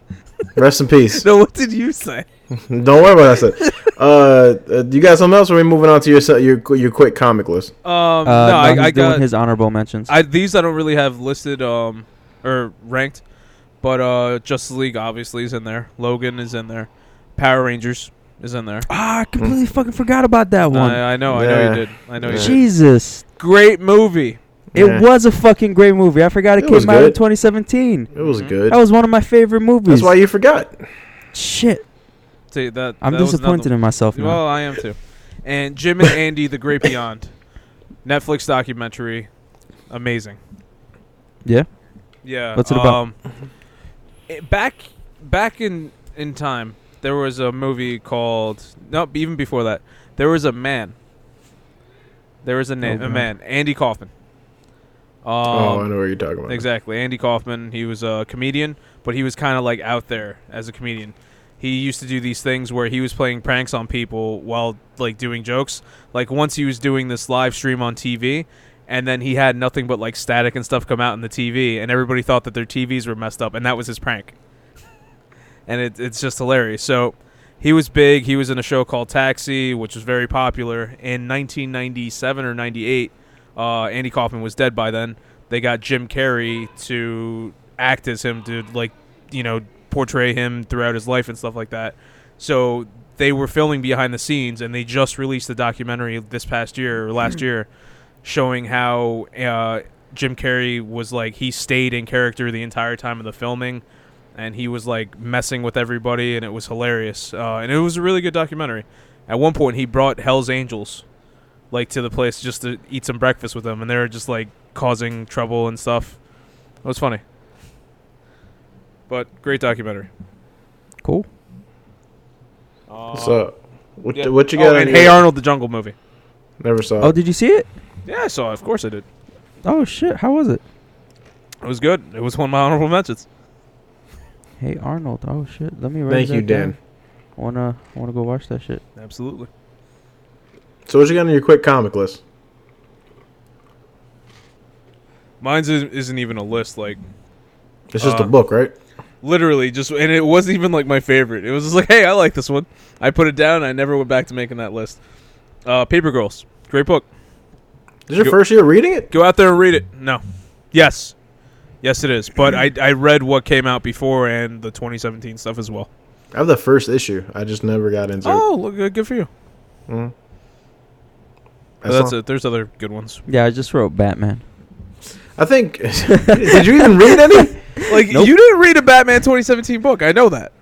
[SPEAKER 1] Rest in peace.
[SPEAKER 2] No, what did you say?
[SPEAKER 1] Don't worry about that. shit. Uh, uh, you got something else? Or are we moving on to your se- your your quick comic list?
[SPEAKER 2] Um,
[SPEAKER 3] Uh,
[SPEAKER 2] no,
[SPEAKER 3] no,
[SPEAKER 2] I,
[SPEAKER 3] he's
[SPEAKER 2] I
[SPEAKER 3] doing
[SPEAKER 2] got
[SPEAKER 3] his honorable mentions.
[SPEAKER 2] I, these. I don't really have listed um or ranked, but uh, Justice League obviously is in there. Logan is in there. Power Rangers is in there.
[SPEAKER 3] ah, I completely fucking forgot about that one.
[SPEAKER 2] Mm. I, I know, I know
[SPEAKER 1] Yeah.
[SPEAKER 2] you did. I know you did.
[SPEAKER 3] Jesus.
[SPEAKER 2] Great movie.
[SPEAKER 3] It
[SPEAKER 1] Yeah.
[SPEAKER 3] was a fucking great movie. I forgot it,
[SPEAKER 1] It
[SPEAKER 3] came
[SPEAKER 1] was
[SPEAKER 3] out in
[SPEAKER 1] good.
[SPEAKER 3] 2017.
[SPEAKER 1] It was
[SPEAKER 2] Mhm.
[SPEAKER 1] good.
[SPEAKER 3] That was one of my favorite movies.
[SPEAKER 1] That's why you forgot.
[SPEAKER 2] Um,
[SPEAKER 3] Shit,
[SPEAKER 2] See, that
[SPEAKER 3] I'm
[SPEAKER 2] that was another
[SPEAKER 3] disappointed in myself now.
[SPEAKER 2] Well, I am too. And Jim and Andy, The Great Beyond, Netflix documentary, amazing.
[SPEAKER 3] yeah,
[SPEAKER 2] Yeah.
[SPEAKER 3] What's it about?
[SPEAKER 2] Um, it- back back in in time, there was a movie called no, even before that, there was a man. There was a na-
[SPEAKER 3] Oh,
[SPEAKER 2] a
[SPEAKER 3] God.
[SPEAKER 2] man, Andy Kaufman. Um,
[SPEAKER 1] oh, I know what you're talking about.
[SPEAKER 2] Exactly. Andy Kaufman, he was a comedian, but he was kind of like out there as a comedian. He used to do these things where he was playing pranks on people while like doing jokes. Like once he was doing this live stream on TV and then he had nothing but like static and stuff come out in the TV and everybody thought that their TVs were messed up and that was his prank. And it, it's just hilarious. So he was big. He was in a show called Taxi, which was very popular. In 1997 or 98, uh, Andy Kaufman was dead by then. They got Jim Carrey to act as him to like, you know, portray him throughout his life and stuff like that. So they were filming behind the scenes, and they just released a documentary this past year or last year, showing how uh, Jim Carrey was like he stayed in character the entire time of the filming and he was like messing with everybody, and it was hilarious. Uh, and it was a really good documentary. At one point, he brought Hell's Angels like to the place just to eat some breakfast with them, and they were just like causing trouble and stuff. It was funny, but great documentary.
[SPEAKER 3] cool.
[SPEAKER 2] Uh,
[SPEAKER 1] What's up? What,
[SPEAKER 2] yeah.
[SPEAKER 1] what you
[SPEAKER 2] Oh,
[SPEAKER 1] got? on
[SPEAKER 2] and
[SPEAKER 1] your-
[SPEAKER 2] Hey Arnold, the Jungle movie.
[SPEAKER 1] Never saw.
[SPEAKER 3] Oh,
[SPEAKER 1] it.
[SPEAKER 3] did you see it?
[SPEAKER 2] Yeah, I saw. it. Of course, I did.
[SPEAKER 3] Oh shit, how was it?
[SPEAKER 2] It was good. It was one of my honorable mentions.
[SPEAKER 3] Hey Arnold. Oh shit, let me. Write
[SPEAKER 1] Thank you, Dan.
[SPEAKER 3] I wanna, I wanna go watch that shit.
[SPEAKER 2] Absolutely.
[SPEAKER 1] So what you got on your quick comic list?
[SPEAKER 2] Mine's is- isn't even a list. Like
[SPEAKER 1] It's just
[SPEAKER 2] Uh,
[SPEAKER 1] a book, right?
[SPEAKER 2] Literally, just and it wasn't even like my favorite. It was just like, hey, I like this one. I put it down. I never went back to making that list. Uh, Paper Girls, great book.
[SPEAKER 1] Is your
[SPEAKER 2] Go-
[SPEAKER 1] first year reading it?
[SPEAKER 2] Go out there and read it. No, yes, yes, it is. But I I read what came out before and the 2017 stuff as well.
[SPEAKER 1] I have the first issue. I just never got into it.
[SPEAKER 2] Oh, look, good- good for you. But that's
[SPEAKER 1] all.
[SPEAKER 2] it. There's other good ones.
[SPEAKER 3] Yeah, I just wrote Batman.
[SPEAKER 1] I think. did you even read any?
[SPEAKER 2] Like
[SPEAKER 3] Nope.
[SPEAKER 2] you didn't read a Batman 2017 book. I know that.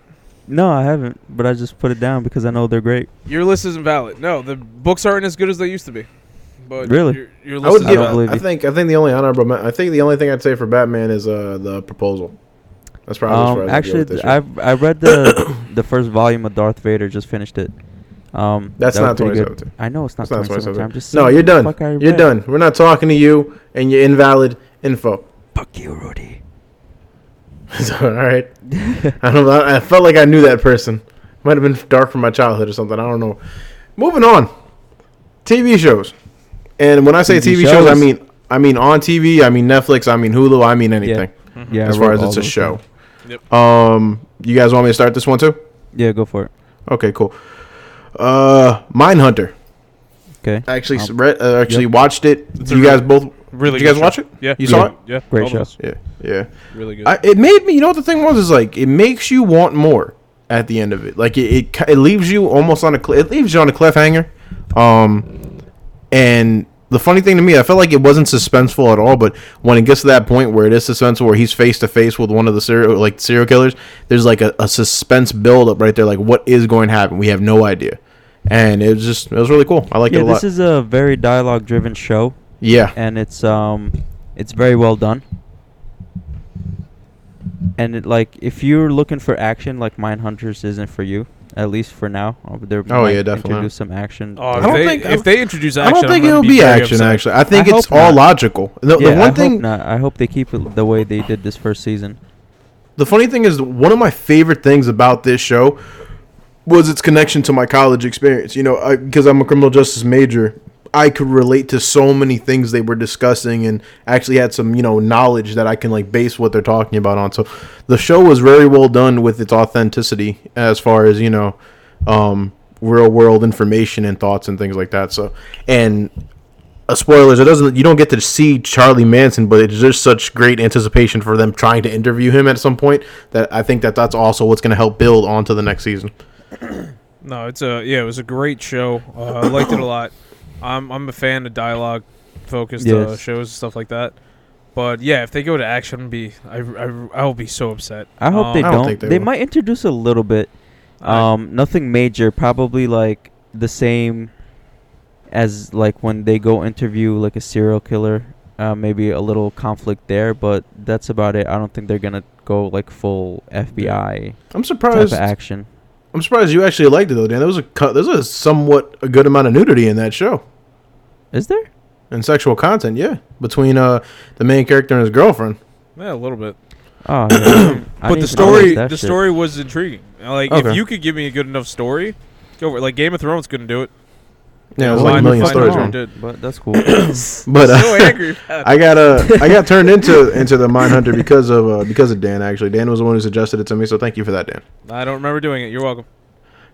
[SPEAKER 3] No, I haven't, but I just put it down because I know they're great.
[SPEAKER 2] Your list isn't valid. No, the books aren't as good as they used to be. But
[SPEAKER 3] Really?
[SPEAKER 2] your, your
[SPEAKER 1] I
[SPEAKER 2] list
[SPEAKER 1] would
[SPEAKER 2] is
[SPEAKER 3] I
[SPEAKER 1] give.
[SPEAKER 3] don't
[SPEAKER 2] valid.
[SPEAKER 3] believe
[SPEAKER 1] I
[SPEAKER 3] you.
[SPEAKER 1] think. I think the only honorable. men- I think the only thing I'd say for Batman is uh the proposal. That's probably as far as
[SPEAKER 3] Um,
[SPEAKER 1] I go
[SPEAKER 3] actually,
[SPEAKER 1] with this
[SPEAKER 3] I
[SPEAKER 1] year.
[SPEAKER 3] I read the the first volume of Darth Vader. Just finished it. Um,
[SPEAKER 1] That's
[SPEAKER 3] that was
[SPEAKER 1] not
[SPEAKER 3] pretty good.
[SPEAKER 1] 2017.
[SPEAKER 3] I know it's not
[SPEAKER 1] It's not
[SPEAKER 3] 2017. I'm
[SPEAKER 1] 2017.
[SPEAKER 3] just
[SPEAKER 1] No,
[SPEAKER 3] saying
[SPEAKER 1] you're
[SPEAKER 3] the
[SPEAKER 1] done.
[SPEAKER 3] fuck I
[SPEAKER 1] You're
[SPEAKER 3] read.
[SPEAKER 1] done. We're not talking to you and your invalid info.
[SPEAKER 3] Fuck you, Rudy.
[SPEAKER 1] It's all right. I don't. know. I felt like I knew that person. Might have been dark from my childhood or something. I don't know. Moving on. TV shows, and when I say TV,
[SPEAKER 3] TV
[SPEAKER 1] shows, I
[SPEAKER 3] shows.
[SPEAKER 1] mean I mean on TV. I mean Netflix. I mean Hulu. I mean anything.
[SPEAKER 3] Yeah, I
[SPEAKER 1] as far
[SPEAKER 3] wrote
[SPEAKER 1] as
[SPEAKER 3] all
[SPEAKER 1] it's a
[SPEAKER 3] those
[SPEAKER 1] show.
[SPEAKER 3] things.
[SPEAKER 2] Yep.
[SPEAKER 1] Um, you guys want me to start this one too?
[SPEAKER 3] Yeah, go for it.
[SPEAKER 1] Okay, cool. Uh, Mindhunter.
[SPEAKER 3] Okay.
[SPEAKER 1] I actually s
[SPEAKER 3] Um,
[SPEAKER 1] read, uh, actually
[SPEAKER 3] yep.
[SPEAKER 1] watched it.
[SPEAKER 2] a
[SPEAKER 1] you guys both
[SPEAKER 2] Really
[SPEAKER 1] Did you guys
[SPEAKER 2] good
[SPEAKER 1] watch
[SPEAKER 2] show.
[SPEAKER 1] it?
[SPEAKER 2] Yeah.
[SPEAKER 1] You saw it?
[SPEAKER 2] Yeah.
[SPEAKER 3] Great
[SPEAKER 2] all of
[SPEAKER 3] show.
[SPEAKER 2] us.
[SPEAKER 1] Yeah, yeah.
[SPEAKER 2] Really good.
[SPEAKER 1] I, it made me. You know what the thing was is like it makes you want more at the end of it. Like it, it, ki- it leaves you almost on a cl- it leaves you on a cliffhanger. Um, and the funny thing to me, I felt like it wasn't suspenseful at all. But when it gets to that point where it is suspenseful, where he's face to face with one of the serial like serial killers, there's like a, a suspense buildup right there. Like what is going to happen? We have no idea. And it was just it was really cool. I liked
[SPEAKER 3] yeah,
[SPEAKER 1] it a lot.
[SPEAKER 3] this is a very dialogue-driven show,
[SPEAKER 1] yeah,
[SPEAKER 3] and it's um, it's very well done. And it like if you're looking for action, like Mindhunters isn't for you, at least for now. Uh, They're
[SPEAKER 1] Oh,
[SPEAKER 3] might
[SPEAKER 1] yeah, definitely.
[SPEAKER 3] Introduce some action.
[SPEAKER 2] Oh,
[SPEAKER 1] I
[SPEAKER 2] if,
[SPEAKER 1] don't
[SPEAKER 2] they,
[SPEAKER 1] think-
[SPEAKER 2] if they introduce action,
[SPEAKER 1] I don't think
[SPEAKER 2] am
[SPEAKER 1] it'll be, action. Actually, I think
[SPEAKER 3] I
[SPEAKER 1] it's
[SPEAKER 3] hope
[SPEAKER 1] all
[SPEAKER 3] not.
[SPEAKER 1] logical. The,
[SPEAKER 3] yeah,
[SPEAKER 1] the one
[SPEAKER 3] I
[SPEAKER 1] thing
[SPEAKER 3] hope not. I hope they keep it the way they did this first season.
[SPEAKER 1] The funny thing is, one of my favorite things about this show was its connection to my college experience. You know, because I'm a criminal justice major, I could relate to so many things they were discussing, and actually had some you know knowledge that I can like base what they're talking about on. So, the show was very well done with its authenticity as far as you know, um, real world information and thoughts and things like that. So, and uh, spoilers. It doesn't. You don't get to see Charlie Manson, but it's just such great anticipation for them trying to interview him at some point that I think that that's also what's going to help build onto the next season.
[SPEAKER 2] No, it's a yeah. It was a great show. Uh, I liked it a lot. I'm I'm a fan of dialogue focused uh,
[SPEAKER 3] Yes.
[SPEAKER 2] shows and stuff like that. But yeah, if they go to action, I'd be I I I'll be so upset. Um,
[SPEAKER 3] I hope they
[SPEAKER 1] I
[SPEAKER 3] don't.
[SPEAKER 1] don't think
[SPEAKER 3] they
[SPEAKER 1] they will.
[SPEAKER 3] might introduce a little bit.
[SPEAKER 2] I-
[SPEAKER 3] Um, nothing major. Probably like the same as like when they go interview like a serial killer. Uh, maybe a little conflict there, but that's about it. I don't think they're gonna go like full FBI
[SPEAKER 1] I'm
[SPEAKER 3] type of
[SPEAKER 1] surprised.
[SPEAKER 3] action.
[SPEAKER 1] I'm surprised you actually liked it though, Dan. There was a co- there's a somewhat a good amount of nudity in that show
[SPEAKER 3] Is there?
[SPEAKER 1] and sexual content. Yeah, between uh the main character and his girlfriend.
[SPEAKER 2] yeah, a little bit. but
[SPEAKER 3] Oh, yeah. I didn't
[SPEAKER 2] the
[SPEAKER 3] even
[SPEAKER 2] story
[SPEAKER 3] notice that
[SPEAKER 2] the
[SPEAKER 3] shit.
[SPEAKER 2] story was intriguing. Like
[SPEAKER 1] Okay.
[SPEAKER 2] if you could give me a good enough story, go for it. Like Game of Thrones couldn't do it.
[SPEAKER 1] Yeah, it was
[SPEAKER 2] Oh,
[SPEAKER 1] like
[SPEAKER 3] Well, I
[SPEAKER 1] a
[SPEAKER 3] didn't
[SPEAKER 1] million
[SPEAKER 3] find
[SPEAKER 1] stories.
[SPEAKER 3] out,
[SPEAKER 2] wrong.
[SPEAKER 1] man.
[SPEAKER 2] dude.
[SPEAKER 3] But that's cool. yeah,
[SPEAKER 1] But uh,
[SPEAKER 2] so angry. about it.
[SPEAKER 1] I got uh, I got turned into into the Mindhunter because of uh, because of Dan. Actually, Dan was the one who suggested it to me, so thank you for that, Dan.
[SPEAKER 2] I don't remember doing it. You're welcome.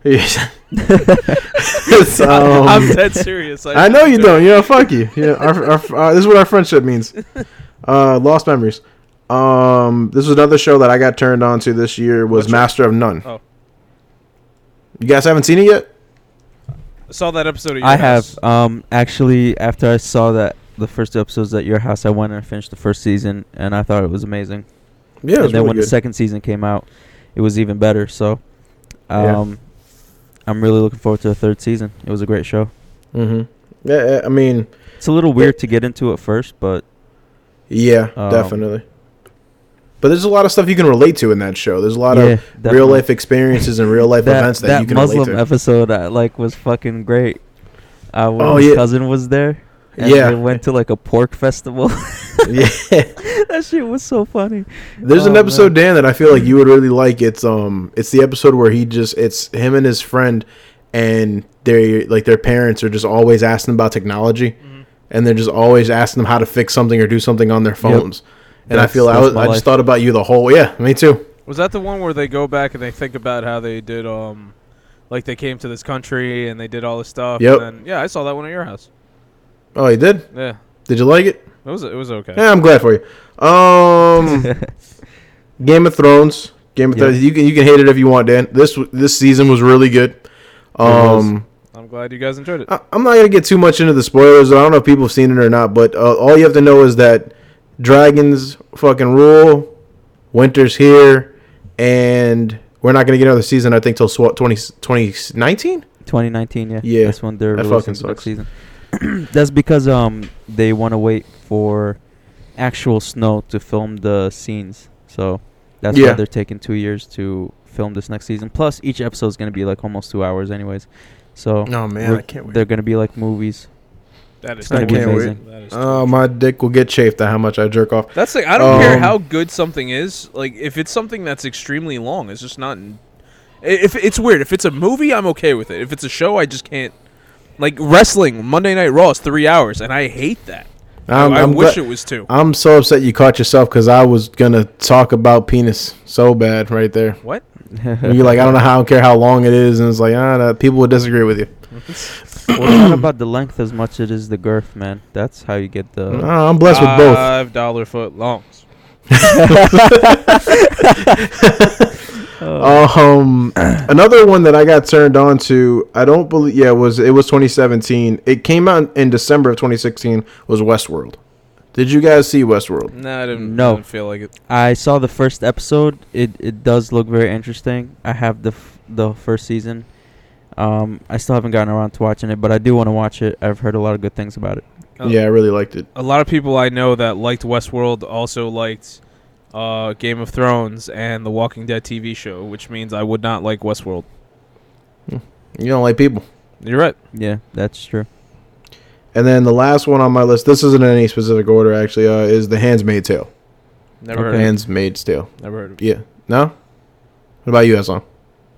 [SPEAKER 1] Yes. It's, um,
[SPEAKER 2] I'm dead serious.
[SPEAKER 1] I know you
[SPEAKER 2] do it.
[SPEAKER 1] don't. Yeah, fuck you. Yeah, our, our, uh, this is what our friendship means. Uh, lost memories. Um, this was another show that I got turned on to this year was
[SPEAKER 2] What show?
[SPEAKER 1] Master of None.
[SPEAKER 2] Oh.
[SPEAKER 1] You guys haven't seen it yet?
[SPEAKER 2] I saw that episode. Of your
[SPEAKER 3] I
[SPEAKER 2] house.
[SPEAKER 3] have. Um, actually, after I saw that the first episodes at your house, I went and finished the first season, and I thought it was amazing.
[SPEAKER 1] Yeah, it
[SPEAKER 3] and
[SPEAKER 1] was
[SPEAKER 3] then
[SPEAKER 1] really
[SPEAKER 3] when the
[SPEAKER 1] good.
[SPEAKER 3] second season came out, it was even better. So,
[SPEAKER 1] Yeah.
[SPEAKER 3] um, I'm really looking forward to the third season. It was a great show.
[SPEAKER 1] mm-hmm. Yeah, yeah, I mean,
[SPEAKER 3] It's a little weird to get into at first, but
[SPEAKER 1] yeah,
[SPEAKER 3] Um,
[SPEAKER 1] definitely. But there's a lot of stuff you can relate to in that show. There's a lot
[SPEAKER 3] yeah,
[SPEAKER 1] of
[SPEAKER 3] definitely.
[SPEAKER 1] real life experiences and real life
[SPEAKER 3] that,
[SPEAKER 1] events that,
[SPEAKER 3] that
[SPEAKER 1] you can relate
[SPEAKER 3] Muslim
[SPEAKER 1] to.
[SPEAKER 3] episode uh, like was fucking great. Uh, when
[SPEAKER 1] Oh,
[SPEAKER 3] his
[SPEAKER 1] yeah.
[SPEAKER 3] cousin was there. And
[SPEAKER 1] Yeah.
[SPEAKER 3] they went to like a pork festival.
[SPEAKER 1] yeah.
[SPEAKER 3] that shit was so funny.
[SPEAKER 1] There's an
[SPEAKER 3] Oh,
[SPEAKER 1] episode, Dan,
[SPEAKER 3] man.
[SPEAKER 1] that I feel like you would really like. It's um, it's the episode where he just it's him and his friend, and they like their parents are just always asking about technology,
[SPEAKER 2] Mm-hmm.
[SPEAKER 1] and they're just always asking them how to fix something or do something on their phones. And I
[SPEAKER 3] That's-
[SPEAKER 1] feel I,
[SPEAKER 3] that's
[SPEAKER 1] was,
[SPEAKER 3] my
[SPEAKER 1] I just
[SPEAKER 3] life.
[SPEAKER 1] thought about you the whole yeah, me too.
[SPEAKER 2] Was that the one where they go back and they think about how they did, um, like they came to this country and they did all this stuff?
[SPEAKER 1] Yep.
[SPEAKER 2] And then, yeah, I saw that one at your house.
[SPEAKER 1] Oh, you did?
[SPEAKER 2] Yeah,
[SPEAKER 1] Did you like it?
[SPEAKER 2] it was it was okay.
[SPEAKER 1] Yeah, I'm glad for you. Um, Game of Thrones. Game of
[SPEAKER 3] Yeah.
[SPEAKER 1] Thrones. You can you can hate it if you want, Dan. This w- this season was really good.
[SPEAKER 3] was.
[SPEAKER 1] Um,
[SPEAKER 2] I'm glad you guys enjoyed it.
[SPEAKER 1] I, I'm not gonna get too much into the spoilers. I don't know if people have seen it or not, but uh, all you have to know is that dragons fucking rule. Winter's here, and we're not gonna get another season. I think till sw- 20, 2019?
[SPEAKER 3] 2019, yeah.
[SPEAKER 1] Yeah,
[SPEAKER 3] That's when they're
[SPEAKER 1] that
[SPEAKER 3] releasing
[SPEAKER 1] fucking
[SPEAKER 3] the
[SPEAKER 1] sucks.
[SPEAKER 3] next season. That's because um they want to wait for actual snow to film the scenes. So that's
[SPEAKER 1] Yeah.
[SPEAKER 3] why they're taking two years to film this next season. Plus, each episode is going to be like almost two hours, anyways. So
[SPEAKER 1] Oh man,
[SPEAKER 3] we're-
[SPEAKER 1] I can't
[SPEAKER 3] they're going to be like movies.
[SPEAKER 2] That is
[SPEAKER 3] I
[SPEAKER 2] torture.
[SPEAKER 3] can't wait.
[SPEAKER 2] That is
[SPEAKER 1] Oh,
[SPEAKER 2] torture.
[SPEAKER 1] my dick will get chafed at how much I jerk off.
[SPEAKER 2] That's like I don't care
[SPEAKER 1] Um,
[SPEAKER 2] how good something is. Like if it's something that's extremely long, it's just not. If it's weird, if it's a movie, I'm okay with it. If it's a show, I just can't. Like wrestling, Monday Night Raw is three hours, and I hate that.
[SPEAKER 1] I'm,
[SPEAKER 2] I, I
[SPEAKER 1] Um, I'm
[SPEAKER 2] wish
[SPEAKER 1] gla-
[SPEAKER 2] it was two.
[SPEAKER 1] I'm so upset you caught yourself because I was gonna talk about penis so bad right there.
[SPEAKER 2] what?
[SPEAKER 1] And You're like, I don't know how, I don't care how long it is, and it's like, ah, that, people would disagree with you.
[SPEAKER 3] well, it's not about the length as much it is the girth, man. That's how you get the.
[SPEAKER 1] Ah, I'm blessed
[SPEAKER 2] Uh,
[SPEAKER 1] with both.
[SPEAKER 2] Five dollar foot longs.
[SPEAKER 1] Um, another one that I got turned on to, I don't believe, yeah, it was it was 2017. It came out in December of 2016. Was Westworld? Did you guys see Westworld?
[SPEAKER 2] Nah, I didn't,
[SPEAKER 3] No.
[SPEAKER 2] didn't feel like it.
[SPEAKER 3] I saw the first episode. It it does look very interesting. I have the f- the first season. Um, I still haven't gotten around to watching it, but I do want to watch it. I've heard a lot of good things about it.
[SPEAKER 2] Oh.
[SPEAKER 1] Yeah, I really liked it.
[SPEAKER 2] A lot of people I know that liked Westworld also liked uh, Game of Thrones and The Walking Dead TV show, which means I would not like Westworld.
[SPEAKER 1] You don't like people.
[SPEAKER 2] You're right.
[SPEAKER 3] Yeah, that's true.
[SPEAKER 1] And then the last one on my list, this isn't in any specific order actually, uh, is The Handmaid's Tale.
[SPEAKER 2] Never
[SPEAKER 3] Okay.
[SPEAKER 2] heard. Of it.
[SPEAKER 1] Handmaid's Tale.
[SPEAKER 2] Never heard of it.
[SPEAKER 1] Yeah. No. What about you, Aslan?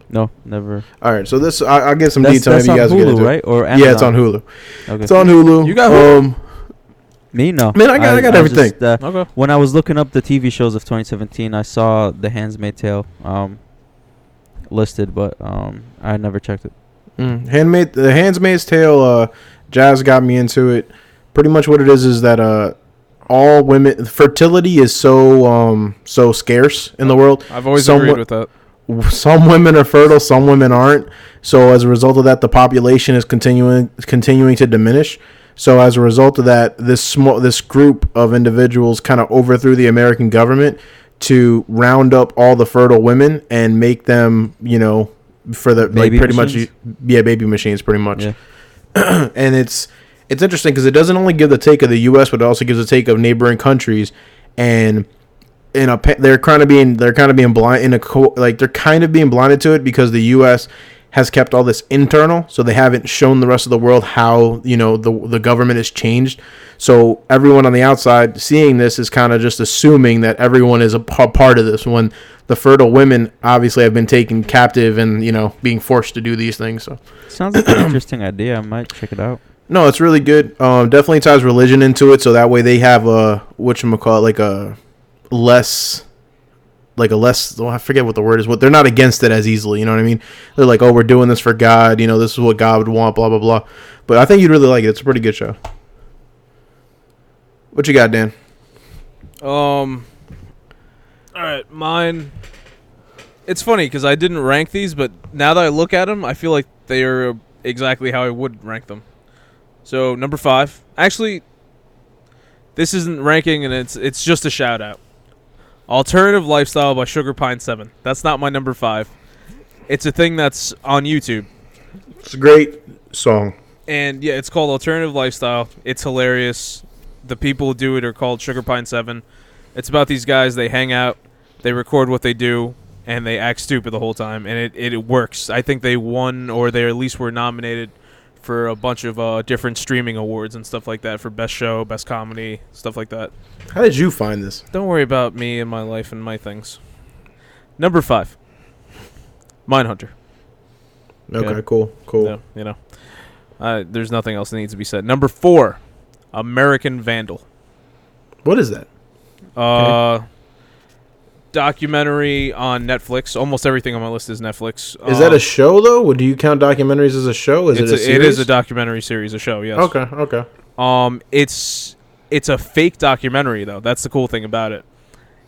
[SPEAKER 3] No, never.
[SPEAKER 1] All right. So this, I, I'll get some
[SPEAKER 3] That's,
[SPEAKER 1] detail.
[SPEAKER 3] that's
[SPEAKER 1] Maybe you
[SPEAKER 3] on
[SPEAKER 1] guys will get
[SPEAKER 3] Hulu,
[SPEAKER 1] into it.
[SPEAKER 3] right? Or
[SPEAKER 1] Yeah, it's on Hulu.
[SPEAKER 3] Okay.
[SPEAKER 1] It's on Hulu.
[SPEAKER 2] You got Hulu?
[SPEAKER 1] um,
[SPEAKER 3] Me no.
[SPEAKER 1] Man, I got- I got
[SPEAKER 3] just,
[SPEAKER 1] everything.
[SPEAKER 3] uh,
[SPEAKER 2] Okay.
[SPEAKER 3] when I was looking up the TV shows of 2017, I saw The Handmaid's Tale um, listed, but um, I never checked it.
[SPEAKER 1] Mm. Handmaid, the Handmaid's Tale. Uh, Jazz got me into it. Pretty much what it is is that uh, all women fertility is so um so scarce in the world.
[SPEAKER 2] I've always
[SPEAKER 1] Somewhat-
[SPEAKER 2] agreed with that.
[SPEAKER 1] Some women are fertile, some women aren't. So as a result of that, the population is continuing continuing to diminish. So as a result of that, this small this group of individuals kind of overthrew the American government to round up all the fertile women and make them, you know, for the
[SPEAKER 3] Baby
[SPEAKER 1] like pretty
[SPEAKER 3] machines?
[SPEAKER 1] much yeah, baby machines pretty much.
[SPEAKER 3] Yeah.
[SPEAKER 1] and it's it's interesting because it doesn't only give the take of the U.S., but it also gives a take of neighboring countries, and in a pa- they're kind of being they're kind of being blind in a co- like they're kind of being blinded to it because the U.S. has kept all this internal, so they haven't shown the rest of the world how you know the the government has changed. So everyone on the outside seeing this is kind of just assuming that everyone is a p- part of this when the fertile women obviously have been taken captive and you know being forced to do these things. So.
[SPEAKER 3] Sounds like an interesting idea. I might check it out.
[SPEAKER 1] No, it's really good. Um, definitely ties religion into it, so that way they have a what call it like a less, like a less. Oh, I forget what the word is. What they're not against it as easily. You know what I mean? They're like, oh, we're doing this for God. You know, this is what God would want. Blah blah blah. But I think you'd really like it. It's a pretty good show. What you got, Dan?
[SPEAKER 2] Um. All right, mine. It's funny because I didn't rank these, but now that I look at them, I feel like they are exactly how I would rank them. So number five, actually, this isn't ranking, and it's it's just a shout out. Alternative lifestyle by Sugar Pine Seven. That's not my number five. It's a thing that's on YouTube,
[SPEAKER 1] It's a great song.
[SPEAKER 2] and yeah, it's called Alternative Lifestyle. It's hilarious. The people who do it are called Sugar Pine Seven. It's about these guys. They hang out, they record what they do, and they act stupid the whole time, and it, it works. I think they won, or they at least were nominated for a bunch of uh, different streaming awards and stuff like that for best show, best comedy, stuff like that.
[SPEAKER 1] How did you find this?
[SPEAKER 2] Don't worry about me and my life and my things. Number five, Mindhunter.
[SPEAKER 1] Okay,
[SPEAKER 2] Good.
[SPEAKER 1] cool, cool.
[SPEAKER 2] No, you know, uh, there's nothing else that needs to be said. Number four, American Vandal.
[SPEAKER 1] What is that?
[SPEAKER 2] Uh, documentary on Netflix. Almost everything on my list is Netflix.
[SPEAKER 1] Is that
[SPEAKER 2] Um,
[SPEAKER 1] a show though? Would do you count documentaries as a show? Is
[SPEAKER 2] it's
[SPEAKER 1] it a
[SPEAKER 2] a- it
[SPEAKER 1] series?
[SPEAKER 2] is a documentary series, a show. Yes.
[SPEAKER 1] Okay, okay.
[SPEAKER 2] Um, it's it's a fake documentary though. That's the cool thing about it.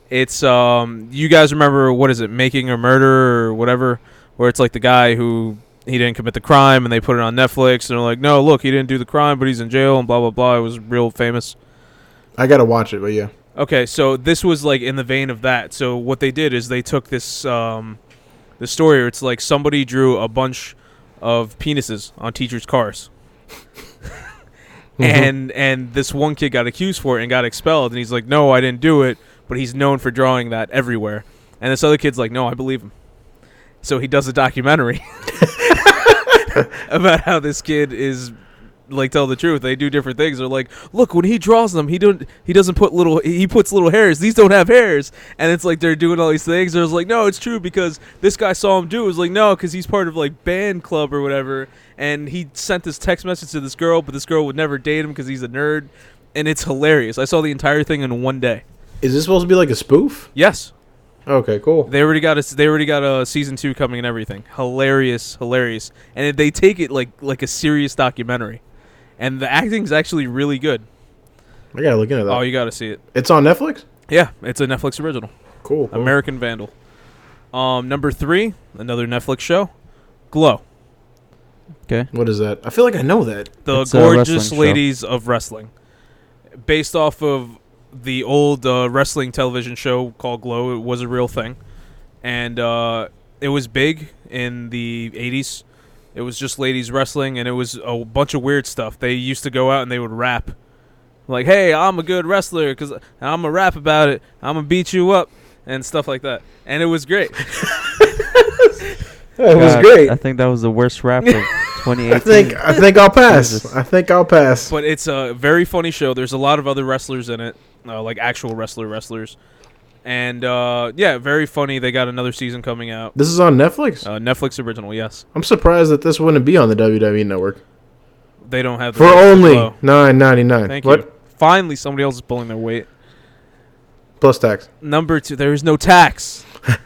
[SPEAKER 2] It's um, you guys remember what is it, Making a Murder or whatever, where it's like the guy who he didn't commit the crime and they put it on Netflix and they're like, no, look, he didn't do the crime, but he's in jail and blah blah blah. It was real famous.
[SPEAKER 1] I gotta watch it, but yeah.
[SPEAKER 2] Okay, so this was like in the vein of that. So what they did is they took this um the story where it's like somebody drew a bunch of penises on teachers' cars. And and this one kid got accused for it and got expelled and he's like, "No, I didn't do it," but he's known for drawing that everywhere. And this other kid's like, "No, I believe him." So he does a documentary about how this kid is like tell the truth. They do different things. They're like, look, when he draws them, he don't he doesn't put little he puts little hairs. These don't have hairs, and it's like they're doing all these things. They're just like, no, it's true because this guy saw him do. It was like, no, because he's part of like band club or whatever, and he sent this text message to this girl, but this girl would never date him because he's a nerd, and it's hilarious. I saw the entire thing in one day.
[SPEAKER 1] Is this supposed to be like a spoof?
[SPEAKER 2] Yes,
[SPEAKER 1] Okay, cool.
[SPEAKER 2] they already got a they already got a season two coming and everything. Hilarious, hilarious, and they take it like like a serious documentary, and the acting's actually really good.
[SPEAKER 1] I gotta look into that.
[SPEAKER 2] Oh, you got to see it.
[SPEAKER 1] it's on Netflix.
[SPEAKER 2] Yeah, it's a Netflix original.
[SPEAKER 1] Cool. cool.
[SPEAKER 2] American Vandal. Um, number three, another Netflix show, Glow,
[SPEAKER 3] Okay.
[SPEAKER 1] What is that? I feel like I know that.
[SPEAKER 2] the
[SPEAKER 3] It's a
[SPEAKER 2] gorgeous
[SPEAKER 3] wrestling show.
[SPEAKER 2] ladies of wrestling, based off of the old uh, wrestling television show called Glow. It was a real thing, and uh, it was big in the '80s. It was just ladies wrestling, and it was a bunch of weird stuff. They used to go out and they would rap, like, "Hey, I'm a good wrestler because I'm a rap about it. I'm gonna beat you up." And stuff like that, and it was great.
[SPEAKER 1] That was
[SPEAKER 3] God,
[SPEAKER 1] great.
[SPEAKER 3] I think that was the worst rap of 2018.
[SPEAKER 1] I think I think I'll pass.
[SPEAKER 3] Jesus.
[SPEAKER 1] I think I'll pass.
[SPEAKER 2] But it's a very funny show. There's a lot of other wrestlers in it, uh, like actual wrestler wrestlers, and uh, yeah, very funny. They got another season coming out.
[SPEAKER 1] This is on Netflix.
[SPEAKER 2] Uh, Netflix original, yes.
[SPEAKER 1] I'm surprised that this wouldn't be on the WWE network
[SPEAKER 2] They don't have the
[SPEAKER 1] for
[SPEAKER 2] rights to
[SPEAKER 1] only
[SPEAKER 2] Glow.
[SPEAKER 1] nine ninety nine.
[SPEAKER 2] Thank
[SPEAKER 1] what
[SPEAKER 2] you. Finally, somebody else is pulling their weight.
[SPEAKER 1] plus tax?
[SPEAKER 2] Number two, there is no tax.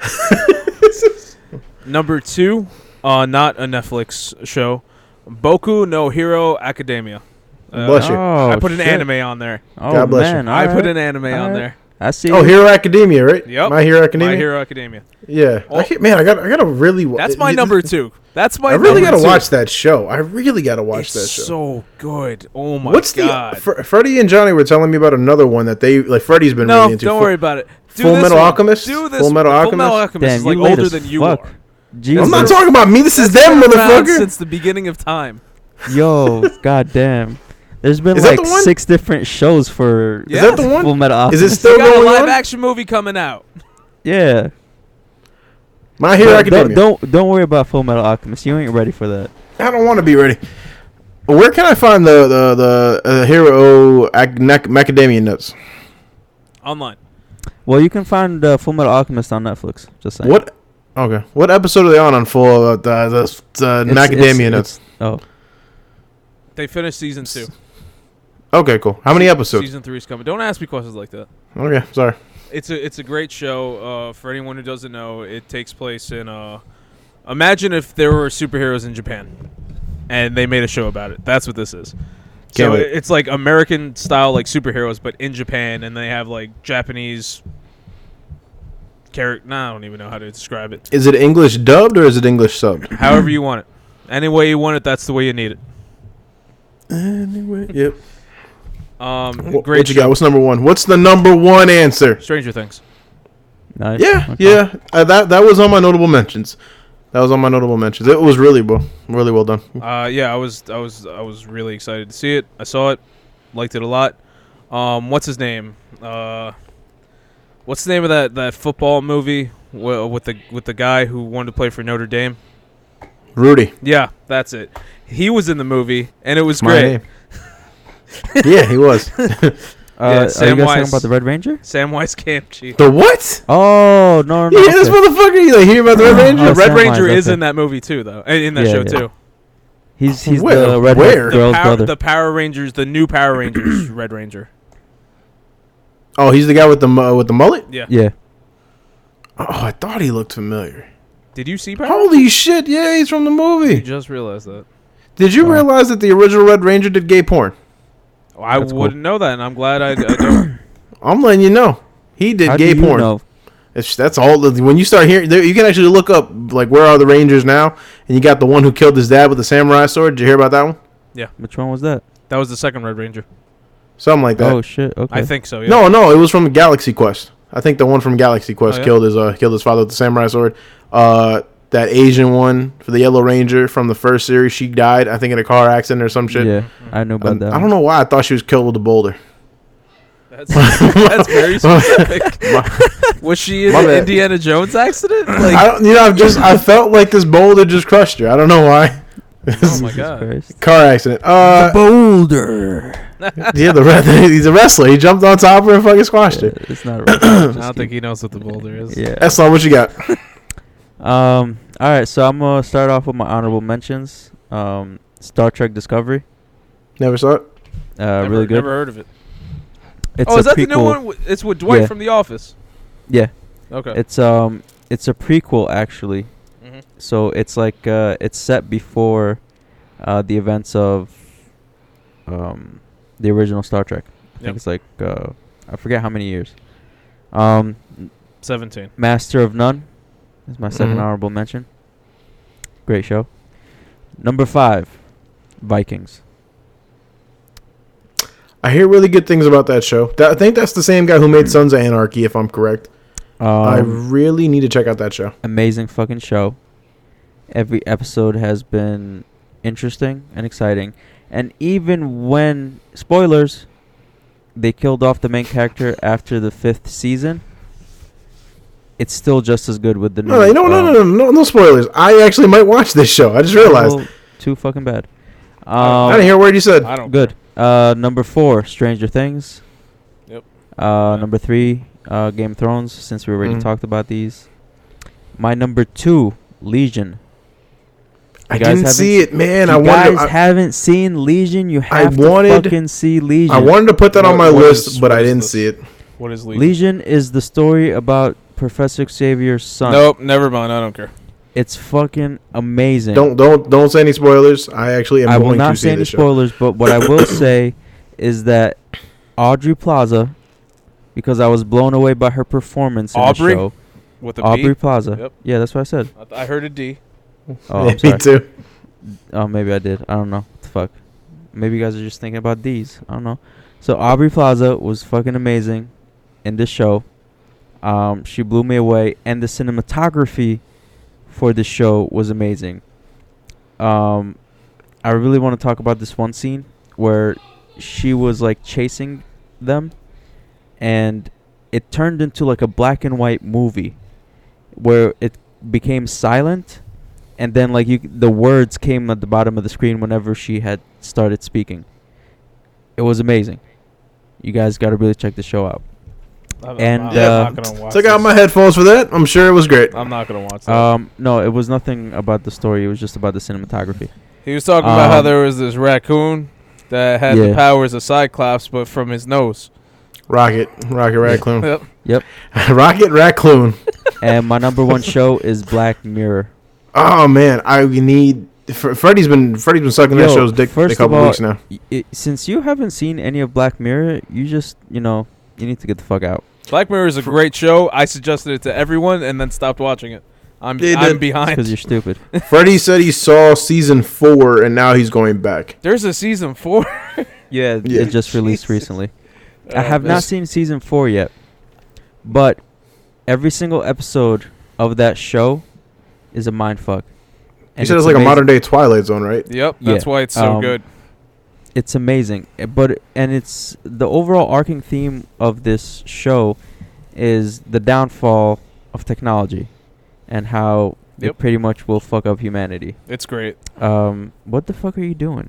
[SPEAKER 2] Number two, uh, not a Netflix show. Boku no Hero Academia. Uh,
[SPEAKER 1] Bless you.
[SPEAKER 3] Oh,
[SPEAKER 2] I put an
[SPEAKER 3] shit.
[SPEAKER 2] anime on there.
[SPEAKER 3] Oh,
[SPEAKER 1] God bless you.
[SPEAKER 3] man,
[SPEAKER 2] I put
[SPEAKER 3] alright.
[SPEAKER 2] an anime on
[SPEAKER 3] Alright.
[SPEAKER 2] there.
[SPEAKER 3] I see.
[SPEAKER 1] Oh, Hero Academia, right?
[SPEAKER 2] Yep.
[SPEAKER 1] My Hero Academia.
[SPEAKER 2] My Hero Academia.
[SPEAKER 1] Yeah.
[SPEAKER 2] Oh.
[SPEAKER 1] I can't, man, I got. I gotta really. wa-
[SPEAKER 2] That's my
[SPEAKER 1] you-
[SPEAKER 2] number two. That's my.
[SPEAKER 1] I really
[SPEAKER 2] number
[SPEAKER 1] gotta
[SPEAKER 2] two.
[SPEAKER 1] watch that show. I really gotta watch
[SPEAKER 2] it's
[SPEAKER 1] that show.
[SPEAKER 2] so good. Oh my
[SPEAKER 1] What's
[SPEAKER 2] god.
[SPEAKER 1] the Fr- Freddie and Johnny were telling me about another one that they like. Freddie's been
[SPEAKER 2] no,
[SPEAKER 1] really into.
[SPEAKER 2] don't
[SPEAKER 1] Fu-
[SPEAKER 2] worry about it. Do
[SPEAKER 1] Full
[SPEAKER 2] this
[SPEAKER 1] Metal
[SPEAKER 2] one.
[SPEAKER 1] Alchemist?
[SPEAKER 2] Do this.
[SPEAKER 1] Full Metal
[SPEAKER 2] one. Full
[SPEAKER 1] Alchemist?
[SPEAKER 2] Metal Alchemist
[SPEAKER 3] Damn,
[SPEAKER 2] is like
[SPEAKER 3] you late
[SPEAKER 2] older
[SPEAKER 3] as
[SPEAKER 2] than you
[SPEAKER 3] fuck.
[SPEAKER 2] are.
[SPEAKER 3] Jesus.
[SPEAKER 1] I'm not talking about me. This is them,
[SPEAKER 2] Been around
[SPEAKER 1] motherfucker.
[SPEAKER 2] Since the beginning of time.
[SPEAKER 3] Yo, goddamn. There's been
[SPEAKER 1] Is that
[SPEAKER 3] like
[SPEAKER 1] the one?
[SPEAKER 3] six different shows for
[SPEAKER 2] Is
[SPEAKER 1] that the one?
[SPEAKER 3] Full Metal
[SPEAKER 1] Is
[SPEAKER 3] Alchemist.
[SPEAKER 1] it still
[SPEAKER 2] We got a
[SPEAKER 1] going
[SPEAKER 2] live
[SPEAKER 1] on?
[SPEAKER 2] action movie coming out.
[SPEAKER 3] Yeah.
[SPEAKER 1] My Hero
[SPEAKER 3] But
[SPEAKER 1] Academia.
[SPEAKER 3] don't, don't don't worry about Full Metal Alchemist. You ain't ready for that.
[SPEAKER 1] I don't want to be ready. Where can I find the the the uh, Hero Ac- Nac- Macadamia nuts?
[SPEAKER 2] Online.
[SPEAKER 3] Well, you can find uh, Full Metal Alchemist on Netflix. Just saying.
[SPEAKER 1] What? Okay. What episode are they on on full uh, the the, the
[SPEAKER 3] It's-
[SPEAKER 1] macadamia
[SPEAKER 3] it's-
[SPEAKER 1] nuts?
[SPEAKER 3] it's- Oh,
[SPEAKER 2] They finished season two.
[SPEAKER 1] okay, cool. How many episodes?
[SPEAKER 2] Season three is coming. Don't ask me questions like that.
[SPEAKER 1] Okay, sorry.
[SPEAKER 2] It's a it's a great show. Uh, for anyone who doesn't know, it takes place in. Uh, imagine if there were superheroes in Japan, and they made a show about it. That's what this is.
[SPEAKER 1] Can't
[SPEAKER 2] so
[SPEAKER 1] wait.
[SPEAKER 2] it's like American style, like superheroes, but in Japan, and they have like Japanese character. Nah, I don't even know how to describe it.
[SPEAKER 1] Is it English dubbed or is it English subbed?
[SPEAKER 2] However you want it, any way you want it, that's the way you need it.
[SPEAKER 1] Anyway, yep.
[SPEAKER 2] Um,
[SPEAKER 1] Wh-
[SPEAKER 2] great
[SPEAKER 1] what you
[SPEAKER 2] show.
[SPEAKER 1] got? What's number one? What's the number one answer?
[SPEAKER 2] Stranger Things.
[SPEAKER 3] nice.
[SPEAKER 1] Yeah,
[SPEAKER 3] Okay.
[SPEAKER 1] yeah. Uh, that that was on my notable mentions. That was on my notable mentions. It was really well, really well done.
[SPEAKER 2] Uh, yeah, I was, I was, I was really excited to see it. I saw it, liked it a lot. Um, what's his name? Uh, what's the name of that that football movie wi- with the with the guy who wanted to play for Notre Dame?
[SPEAKER 1] Rudy,
[SPEAKER 2] Yeah, that's it. He was in the movie, and it was
[SPEAKER 1] my
[SPEAKER 2] great.
[SPEAKER 1] name. yeah, he was.
[SPEAKER 3] Uh, are you guys talking
[SPEAKER 2] Samwise.
[SPEAKER 3] about the Red Ranger?
[SPEAKER 2] Samwise Gamgee.
[SPEAKER 1] the what?
[SPEAKER 3] Oh no no.
[SPEAKER 1] Yeah,
[SPEAKER 3] no
[SPEAKER 1] this
[SPEAKER 3] okay.
[SPEAKER 1] motherfucker. You like hear about the Red Ranger?
[SPEAKER 3] Oh,
[SPEAKER 2] The Red
[SPEAKER 3] Samwise,
[SPEAKER 2] Ranger is
[SPEAKER 3] okay.
[SPEAKER 2] in that movie too, though, and in that
[SPEAKER 3] Yeah,
[SPEAKER 2] show
[SPEAKER 3] yeah.
[SPEAKER 2] too.
[SPEAKER 3] He's he's
[SPEAKER 1] Where?
[SPEAKER 3] the red
[SPEAKER 1] Where? The
[SPEAKER 3] girl's
[SPEAKER 2] Power,
[SPEAKER 3] brother.
[SPEAKER 2] the Power Rangers, the new Power Rangers, Red Ranger.
[SPEAKER 1] Oh, he's the guy with the mu- with the mullet.
[SPEAKER 2] Yeah,
[SPEAKER 3] yeah.
[SPEAKER 1] Oh, I thought he looked familiar.
[SPEAKER 2] Did you see Power?
[SPEAKER 1] Holy shit! Yeah, he's from the
[SPEAKER 2] You
[SPEAKER 1] movie.
[SPEAKER 2] just realized that.
[SPEAKER 1] Did you
[SPEAKER 3] Oh.
[SPEAKER 1] realize that the original Red Ranger did gay porn?
[SPEAKER 2] Oh, I
[SPEAKER 3] That's cool.
[SPEAKER 2] wouldn't know that, and I'm glad I, I don't.
[SPEAKER 1] I'm letting you know. He did
[SPEAKER 3] How do
[SPEAKER 1] gay
[SPEAKER 3] you
[SPEAKER 1] porn.
[SPEAKER 3] know?
[SPEAKER 1] It's, that's all. When you start hearing, there, you can actually look up like where are the Rangers now, and you got the one who killed his dad with the samurai sword. Did you hear about that one?
[SPEAKER 3] Which one was that?
[SPEAKER 2] That was the second Red Ranger.
[SPEAKER 1] Something like that.
[SPEAKER 3] Oh shit. Okay.
[SPEAKER 2] I think so. Yeah.
[SPEAKER 1] No, no, it was from Galaxy Quest. I think the one from Galaxy Quest
[SPEAKER 2] Oh, yeah?
[SPEAKER 1] killed his uh, killed his father with the samurai sword. Uh, that Asian one for the Yellow Ranger from the first series, she died. I think in a car accident or some shit.
[SPEAKER 3] Yeah, I know about
[SPEAKER 1] Um,
[SPEAKER 3] that.
[SPEAKER 1] I don't know why I thought she was killed with a boulder.
[SPEAKER 2] That's, that's very specific. was she in
[SPEAKER 1] My
[SPEAKER 2] an
[SPEAKER 1] bad.
[SPEAKER 2] Indiana Jones accident? Like,
[SPEAKER 1] I don't, you know, I've just I felt like this boulder just crushed her. I don't know why.
[SPEAKER 2] oh my
[SPEAKER 3] Jesus
[SPEAKER 2] god.
[SPEAKER 3] Christ.
[SPEAKER 1] car accident. Uh,
[SPEAKER 3] Boulder.
[SPEAKER 1] yeah, the red, he's a wrestler. He jumped on top of her and fucking squashed her.
[SPEAKER 3] it's not right. I
[SPEAKER 2] I don't think he knows what the boulder is.
[SPEAKER 3] Yeah.
[SPEAKER 1] That's not what you got.
[SPEAKER 3] Um. All right. So I'm gonna start off with my honorable mentions. Um. Star Trek Discovery.
[SPEAKER 1] Never saw it.
[SPEAKER 3] Uh.
[SPEAKER 2] Never,
[SPEAKER 3] really good.
[SPEAKER 2] Never heard of it.
[SPEAKER 3] It's
[SPEAKER 2] oh, is
[SPEAKER 3] a
[SPEAKER 2] that the new
[SPEAKER 3] prequel-
[SPEAKER 2] one? W- It's with Dwight
[SPEAKER 3] Yeah.
[SPEAKER 2] from The Office.
[SPEAKER 3] Yeah.
[SPEAKER 2] Okay.
[SPEAKER 3] It's um. It's a prequel actually.
[SPEAKER 2] Mhm.
[SPEAKER 3] So it's like uh. It's set before, uh, the events of, um, the original Star Trek. I
[SPEAKER 2] Yep.
[SPEAKER 3] think it's like uh, I forget how many years. Um.
[SPEAKER 2] Seventeen.
[SPEAKER 3] Master of None is my 2nd
[SPEAKER 1] Mhm.
[SPEAKER 3] honorable mention. Great show. Number five, Vikings.
[SPEAKER 1] I hear really good things about that show. That, I think that's the same guy who made Sons of Anarchy, if I'm correct. I
[SPEAKER 3] Um,
[SPEAKER 1] really need to check out that show.
[SPEAKER 3] amazing fucking show. Every episode has been interesting and exciting. And even when, spoilers, they killed off the main character after the fifth season, it's still just as good with the
[SPEAKER 1] No, no, no,
[SPEAKER 3] um,
[SPEAKER 1] no, no, no, no spoilers. I actually might watch this show. I just realized.
[SPEAKER 3] well, Too uh, fucking bad. Um,
[SPEAKER 1] I didn't hear a word you said.
[SPEAKER 2] I don't.
[SPEAKER 3] Good. Uh, number four, Stranger Things.
[SPEAKER 2] Yep.
[SPEAKER 3] Uh,
[SPEAKER 2] Yeah.
[SPEAKER 3] number three, uh, Game of Thrones. Since we already
[SPEAKER 1] Mhm.
[SPEAKER 3] talked about these, my number two, Legion.
[SPEAKER 1] I
[SPEAKER 3] guys
[SPEAKER 1] didn't
[SPEAKER 3] haven't
[SPEAKER 1] see
[SPEAKER 3] se-
[SPEAKER 1] it, man.
[SPEAKER 3] you
[SPEAKER 1] I
[SPEAKER 3] guys
[SPEAKER 1] wanted. I,
[SPEAKER 3] haven't seen Legion. You
[SPEAKER 1] I
[SPEAKER 3] have
[SPEAKER 1] wanted-
[SPEAKER 3] to fucking see Legion.
[SPEAKER 1] I wanted to put that on
[SPEAKER 2] What-
[SPEAKER 1] my
[SPEAKER 2] what
[SPEAKER 1] list,
[SPEAKER 2] is-
[SPEAKER 1] but
[SPEAKER 2] what
[SPEAKER 1] I
[SPEAKER 2] is
[SPEAKER 1] didn't
[SPEAKER 2] this?
[SPEAKER 1] see it.
[SPEAKER 2] What is Legion?
[SPEAKER 3] Legion is the story about Professor Xavier's son.
[SPEAKER 2] Nope. Never mind. I don't care.
[SPEAKER 3] It's fucking amazing.
[SPEAKER 1] Don't don't don't say any spoilers. I actually am
[SPEAKER 3] I will
[SPEAKER 1] going
[SPEAKER 3] not
[SPEAKER 1] to see
[SPEAKER 3] say any
[SPEAKER 1] this show.
[SPEAKER 3] spoilers, but what I will say is that Audrey Plaza, because I was blown away by her performance in
[SPEAKER 2] Aubrey?
[SPEAKER 3] the show.
[SPEAKER 2] With the B.
[SPEAKER 3] Aubrey Plaza.
[SPEAKER 2] Yep.
[SPEAKER 3] Yeah, that's what I said.
[SPEAKER 2] I th- I heard a D.
[SPEAKER 3] Oh, I'm
[SPEAKER 1] Me
[SPEAKER 3] sorry.
[SPEAKER 1] too.
[SPEAKER 3] Oh, maybe I did. I don't know. What the fuck? Maybe you guys are just thinking about these. I don't know. So Aubrey Plaza was fucking amazing in this show. Um, she blew me away, and the cinematography for this show was amazing. Um, I really want to talk about this one scene where she was like chasing them, and it turned into like a black and white movie where it became silent and then like you the words came at the bottom of the screen whenever she had started speaking it was amazing you guys got to really check the show out
[SPEAKER 2] I'm,
[SPEAKER 3] And,
[SPEAKER 2] I'm
[SPEAKER 1] uh,
[SPEAKER 2] not gonna watch.
[SPEAKER 1] Took out
[SPEAKER 2] this.
[SPEAKER 1] my headphones for that. I'm sure it was great.
[SPEAKER 2] I'm not gonna watch that.
[SPEAKER 3] um no it was nothing about the story it was just about the cinematography
[SPEAKER 2] He was talking about how
[SPEAKER 3] Um,
[SPEAKER 2] there was this raccoon that had the
[SPEAKER 3] Yeah.
[SPEAKER 2] powers of Cyclops, but from his nose.
[SPEAKER 1] Rocket, Rocket Raccoon,
[SPEAKER 2] Yep.
[SPEAKER 1] Rocket Raccoon.
[SPEAKER 3] and my number one show is black mirror
[SPEAKER 1] Oh man, I need. Fre- Freddy's been Freddy's been sucking that
[SPEAKER 3] Yo,
[SPEAKER 1] show's dick a
[SPEAKER 3] first
[SPEAKER 1] couple
[SPEAKER 3] of all,
[SPEAKER 1] weeks now.
[SPEAKER 3] Y- it, since you haven't seen any of black mirror you just you know you need to get the fuck out
[SPEAKER 2] Black Mirror is a great show. I suggested it to everyone and then stopped watching it. I'm
[SPEAKER 1] They
[SPEAKER 2] I'm
[SPEAKER 1] did.
[SPEAKER 3] because
[SPEAKER 2] behind.
[SPEAKER 3] you're stupid
[SPEAKER 1] Freddy said he saw season four, and now he's going back.
[SPEAKER 2] There's a season four.
[SPEAKER 3] yeah,
[SPEAKER 1] Yeah.
[SPEAKER 3] it just released
[SPEAKER 2] Jesus.
[SPEAKER 3] recently
[SPEAKER 2] Oh,
[SPEAKER 3] I have
[SPEAKER 2] man.
[SPEAKER 3] not seen season four yet, but every single episode of that show is a mind fuck.
[SPEAKER 1] he said it's like a modern day Twilight Zone, right?
[SPEAKER 2] Yep, that's
[SPEAKER 3] Yeah,
[SPEAKER 2] why it's so
[SPEAKER 3] um,
[SPEAKER 2] good.
[SPEAKER 3] It's amazing, Uh, but and it's the overall arcing theme of this show is the downfall of technology and how
[SPEAKER 2] Yep.
[SPEAKER 3] it pretty much will fuck up humanity.
[SPEAKER 2] It's great.
[SPEAKER 3] Um, what the fuck are you doing?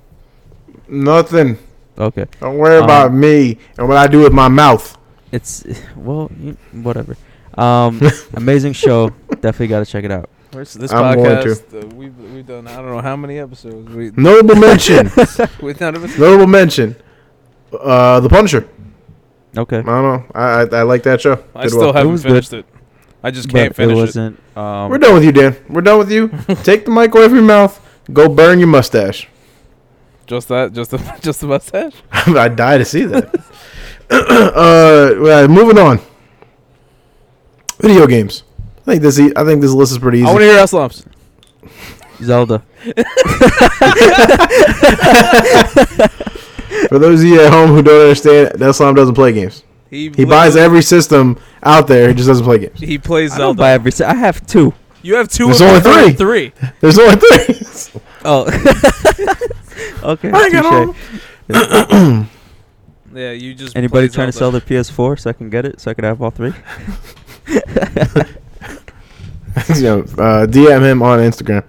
[SPEAKER 1] Nothing.
[SPEAKER 3] Okay,
[SPEAKER 1] Don't worry
[SPEAKER 3] Um,
[SPEAKER 1] about me and what I do with my mouth.
[SPEAKER 3] it's well, you, whatever. Um, amazing show. Definitely got to check it out.
[SPEAKER 2] Where's this
[SPEAKER 1] I'm going
[SPEAKER 2] podcast? uh, we've we've done I don't know how many episodes. We
[SPEAKER 1] Notable mention.
[SPEAKER 2] with none of us.
[SPEAKER 1] notable mention. Uh, The Punisher.
[SPEAKER 3] Okay.
[SPEAKER 1] I don't know. I I, I like that show.
[SPEAKER 2] I
[SPEAKER 1] Did
[SPEAKER 2] still
[SPEAKER 1] well.
[SPEAKER 2] haven't
[SPEAKER 3] was good.
[SPEAKER 2] finished it. I just
[SPEAKER 3] but
[SPEAKER 2] can't finish
[SPEAKER 3] it
[SPEAKER 2] it.
[SPEAKER 3] wasn't. Um,
[SPEAKER 1] We're done with you, Dan. We're done with you. Take the mic away from your mouth. Go burn your mustache.
[SPEAKER 2] Just that, just the, just the mustache.
[SPEAKER 1] I die to see that. uh, well, moving on. Video games. I think this. E- I think this list is pretty
[SPEAKER 2] I
[SPEAKER 1] easy.
[SPEAKER 2] want to hear S lumps.
[SPEAKER 3] Zelda.
[SPEAKER 1] For those of you at home who don't understand, Deslam doesn't play games. He buys
[SPEAKER 2] literally-
[SPEAKER 1] every system out there. He just doesn't play games.
[SPEAKER 2] He plays
[SPEAKER 3] I don't
[SPEAKER 2] Zelda.
[SPEAKER 3] buy every. si- I have two.
[SPEAKER 2] you have two.
[SPEAKER 1] There's
[SPEAKER 2] of
[SPEAKER 1] only
[SPEAKER 2] them. Three.
[SPEAKER 1] There's only three.
[SPEAKER 3] Oh. okay.
[SPEAKER 1] I got
[SPEAKER 3] touche.
[SPEAKER 1] all
[SPEAKER 2] Yeah, you just.
[SPEAKER 3] Anybody
[SPEAKER 2] play
[SPEAKER 3] trying to sell
[SPEAKER 2] Zelda.
[SPEAKER 3] their PS4 so I can get it so I can have all three?
[SPEAKER 1] you know, uh, DM him on Instagram.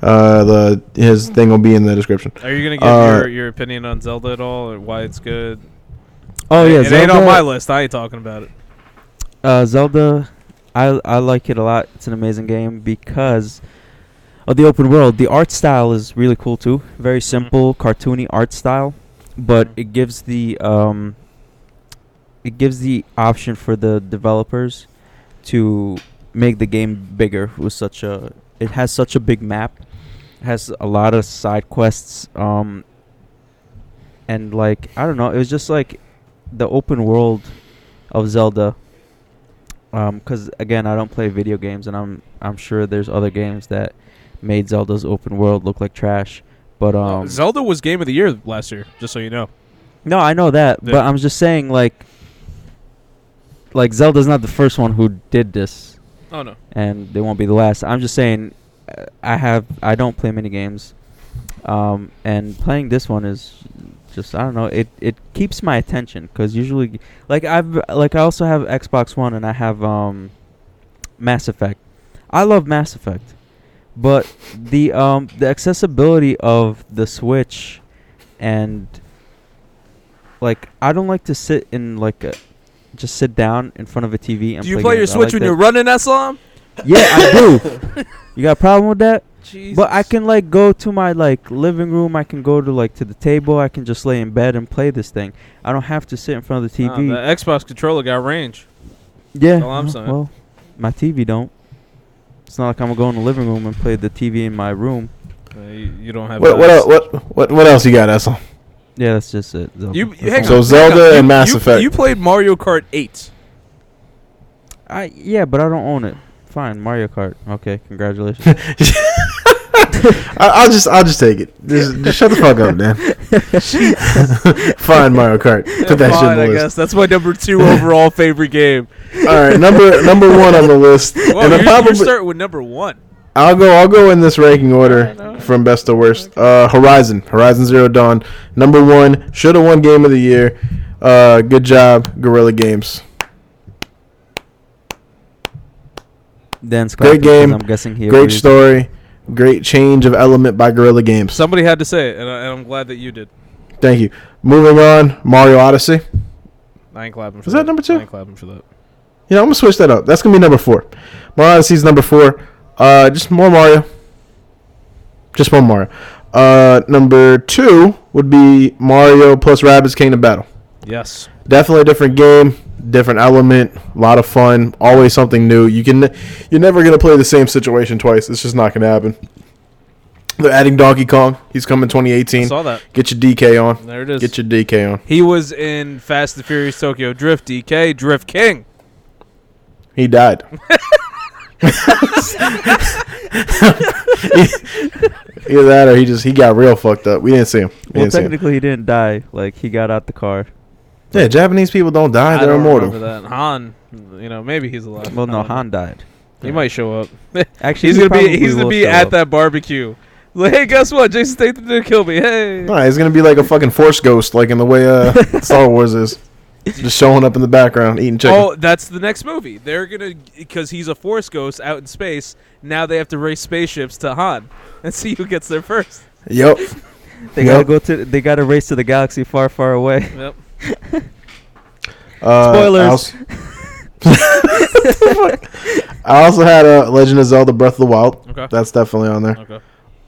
[SPEAKER 1] Uh, the his thing will be in the description.
[SPEAKER 2] Are you gonna give
[SPEAKER 1] Uh,
[SPEAKER 2] your, your opinion on Zelda at all, or why it's good?
[SPEAKER 3] Oh yeah,
[SPEAKER 2] it
[SPEAKER 3] Zelda.
[SPEAKER 2] ain't on my list. I ain't talking about it.
[SPEAKER 3] uh, Zelda. I I like it a lot. It's an amazing game because of the open world. The art style is really cool too. Very simple, cartoony art style, but
[SPEAKER 2] Mhm.
[SPEAKER 3] it gives the um. It gives the option for the developers to make the game bigger with such a. It has such a big map. It has a lot of side quests. Um. And like I don't know, it was just like the open world of Zelda. Um, 'cause again, I don't play video games, and I'm I'm sure there's other games that made Zelda's open world look like trash. But
[SPEAKER 2] Oh,
[SPEAKER 3] um,
[SPEAKER 2] Zelda was game of the year last year. Just so you know.
[SPEAKER 3] no, I know that,
[SPEAKER 2] Yeah.
[SPEAKER 3] but I'm just saying like like Zelda's not the first one who did this,
[SPEAKER 2] Oh no.
[SPEAKER 3] and they won't be the last. I'm just saying uh, I have I don't play many games, um, and playing this one is just I don't know it it keeps my attention 'cause usually like I've like I also have Xbox One and I have um Mass Effect. I love Mass Effect, but the um the accessibility of the Switch and like I don't like to sit in like a just sit down in front of a TV and
[SPEAKER 2] Do you
[SPEAKER 3] play
[SPEAKER 2] play your
[SPEAKER 3] games. I
[SPEAKER 2] Switch
[SPEAKER 3] like
[SPEAKER 2] when
[SPEAKER 3] that-
[SPEAKER 2] you're running Islam?
[SPEAKER 3] yeah, I do. You got a problem with that?
[SPEAKER 2] Jesus.
[SPEAKER 3] But I can like go to my like living room. I can go to like to the table. I can just lay in bed and play this thing. I don't have to sit in front of the
[SPEAKER 2] Nah,
[SPEAKER 3] TV.
[SPEAKER 2] the Xbox controller got range.
[SPEAKER 3] yeah.
[SPEAKER 2] all I'm
[SPEAKER 3] well,
[SPEAKER 2] saying.
[SPEAKER 3] Well, my TV don't. It's not like I'm gonna go in the living room and play the TV in my room.
[SPEAKER 2] Uh, you, you don't have.
[SPEAKER 1] What what
[SPEAKER 2] that.
[SPEAKER 1] el- what what what else you got, Essel?
[SPEAKER 3] Yeah, that's just it. Zelda.
[SPEAKER 2] You
[SPEAKER 3] That's
[SPEAKER 2] hang
[SPEAKER 3] all.
[SPEAKER 1] So
[SPEAKER 2] on,
[SPEAKER 1] Zelda
[SPEAKER 2] hang on.
[SPEAKER 1] and
[SPEAKER 2] You-
[SPEAKER 1] Mass
[SPEAKER 2] you-
[SPEAKER 1] Effect.
[SPEAKER 2] You played Mario Kart Eight.
[SPEAKER 3] I yeah, but I don't own it. Fine, Mario Kart. Okay, congratulations.
[SPEAKER 1] I, I'll just I'll just take it. Just, just shut the fuck up, man. Fine, Mario Kart. Put that shit in
[SPEAKER 2] Fine,
[SPEAKER 1] the
[SPEAKER 2] I
[SPEAKER 1] list.
[SPEAKER 2] guess that's my number two overall favorite game.
[SPEAKER 1] All right, number number one on the list,
[SPEAKER 2] Well,
[SPEAKER 1] and
[SPEAKER 2] you're,
[SPEAKER 1] I'm
[SPEAKER 2] you're
[SPEAKER 1] probably
[SPEAKER 2] starting with number one.
[SPEAKER 1] I'll go I'll go in this ranking order from best to worst. Uh, Horizon, Horizon Zero Dawn, number one. Should have won Game of the Year. Uh, good job, Guerrilla Games.
[SPEAKER 3] Dan Scott.
[SPEAKER 1] Great game.
[SPEAKER 3] I'm guessing he
[SPEAKER 1] Great
[SPEAKER 3] agrees.
[SPEAKER 1] story, great change of element by Guerrilla Games.
[SPEAKER 2] Somebody had to say it, and, I, and I'm glad that you did.
[SPEAKER 1] Thank you. Moving on, Mario Odyssey.
[SPEAKER 2] I ain't clapping for
[SPEAKER 1] Was that number two?
[SPEAKER 2] I ain't clapping for that.
[SPEAKER 1] You know, I'm gonna switch that up. That's gonna be number four. Mario Odyssey's number four. Uh, just more Mario. Just more Mario. Uh, number two would be Mario plus Rabbids Kingdom Battle.
[SPEAKER 2] Yes.
[SPEAKER 1] Definitely a different game, different element, a lot of fun, always something new. You can, you're never gonna play the same situation twice. It's just not gonna happen. They're adding Donkey Kong. He's coming
[SPEAKER 2] I
[SPEAKER 1] 2018.
[SPEAKER 2] saw that.
[SPEAKER 1] Get your DK on.
[SPEAKER 2] There it is.
[SPEAKER 1] Get your DK on.
[SPEAKER 2] he was in Fast and Furious Tokyo Drift, DK, Drift King.
[SPEAKER 1] He died. Either that or he just he got real fucked up. We didn't see him. We
[SPEAKER 3] Well,
[SPEAKER 1] didn't see him.
[SPEAKER 3] technically he didn't die. Like he got out the car.
[SPEAKER 1] Yeah, Japanese people don't die;
[SPEAKER 2] I
[SPEAKER 1] they're
[SPEAKER 2] don't
[SPEAKER 1] immortal.
[SPEAKER 2] remember that. Han, you know, maybe he's alive.
[SPEAKER 3] Well, no,
[SPEAKER 2] I don't know.
[SPEAKER 3] Han died.
[SPEAKER 2] He might show up.
[SPEAKER 3] Actually,
[SPEAKER 2] he's
[SPEAKER 3] he
[SPEAKER 2] gonna be.
[SPEAKER 3] probably
[SPEAKER 2] He's gonna
[SPEAKER 3] will
[SPEAKER 2] be
[SPEAKER 3] show
[SPEAKER 2] at
[SPEAKER 3] up.
[SPEAKER 2] that barbecue. Like, hey, guess what? Jason Statham didn't kill me. Hey.
[SPEAKER 1] Nah, he's gonna be like a fucking force ghost, like in the way uh, Star Wars is, just showing up in the background eating chicken.
[SPEAKER 2] Oh, that's the next movie. They're gonna because he's a force ghost out in space. Now they have to race spaceships to Han and see who gets there first.
[SPEAKER 1] Yep.
[SPEAKER 3] They
[SPEAKER 1] Yep.
[SPEAKER 3] gotta go to. They gotta race to the galaxy far, far away.
[SPEAKER 2] Yep.
[SPEAKER 1] Uh,
[SPEAKER 3] Spoilers.
[SPEAKER 1] I also, I also had a Legend of Zelda: Breath of the Wild.
[SPEAKER 2] Okay.
[SPEAKER 1] That's definitely on there.
[SPEAKER 2] Okay.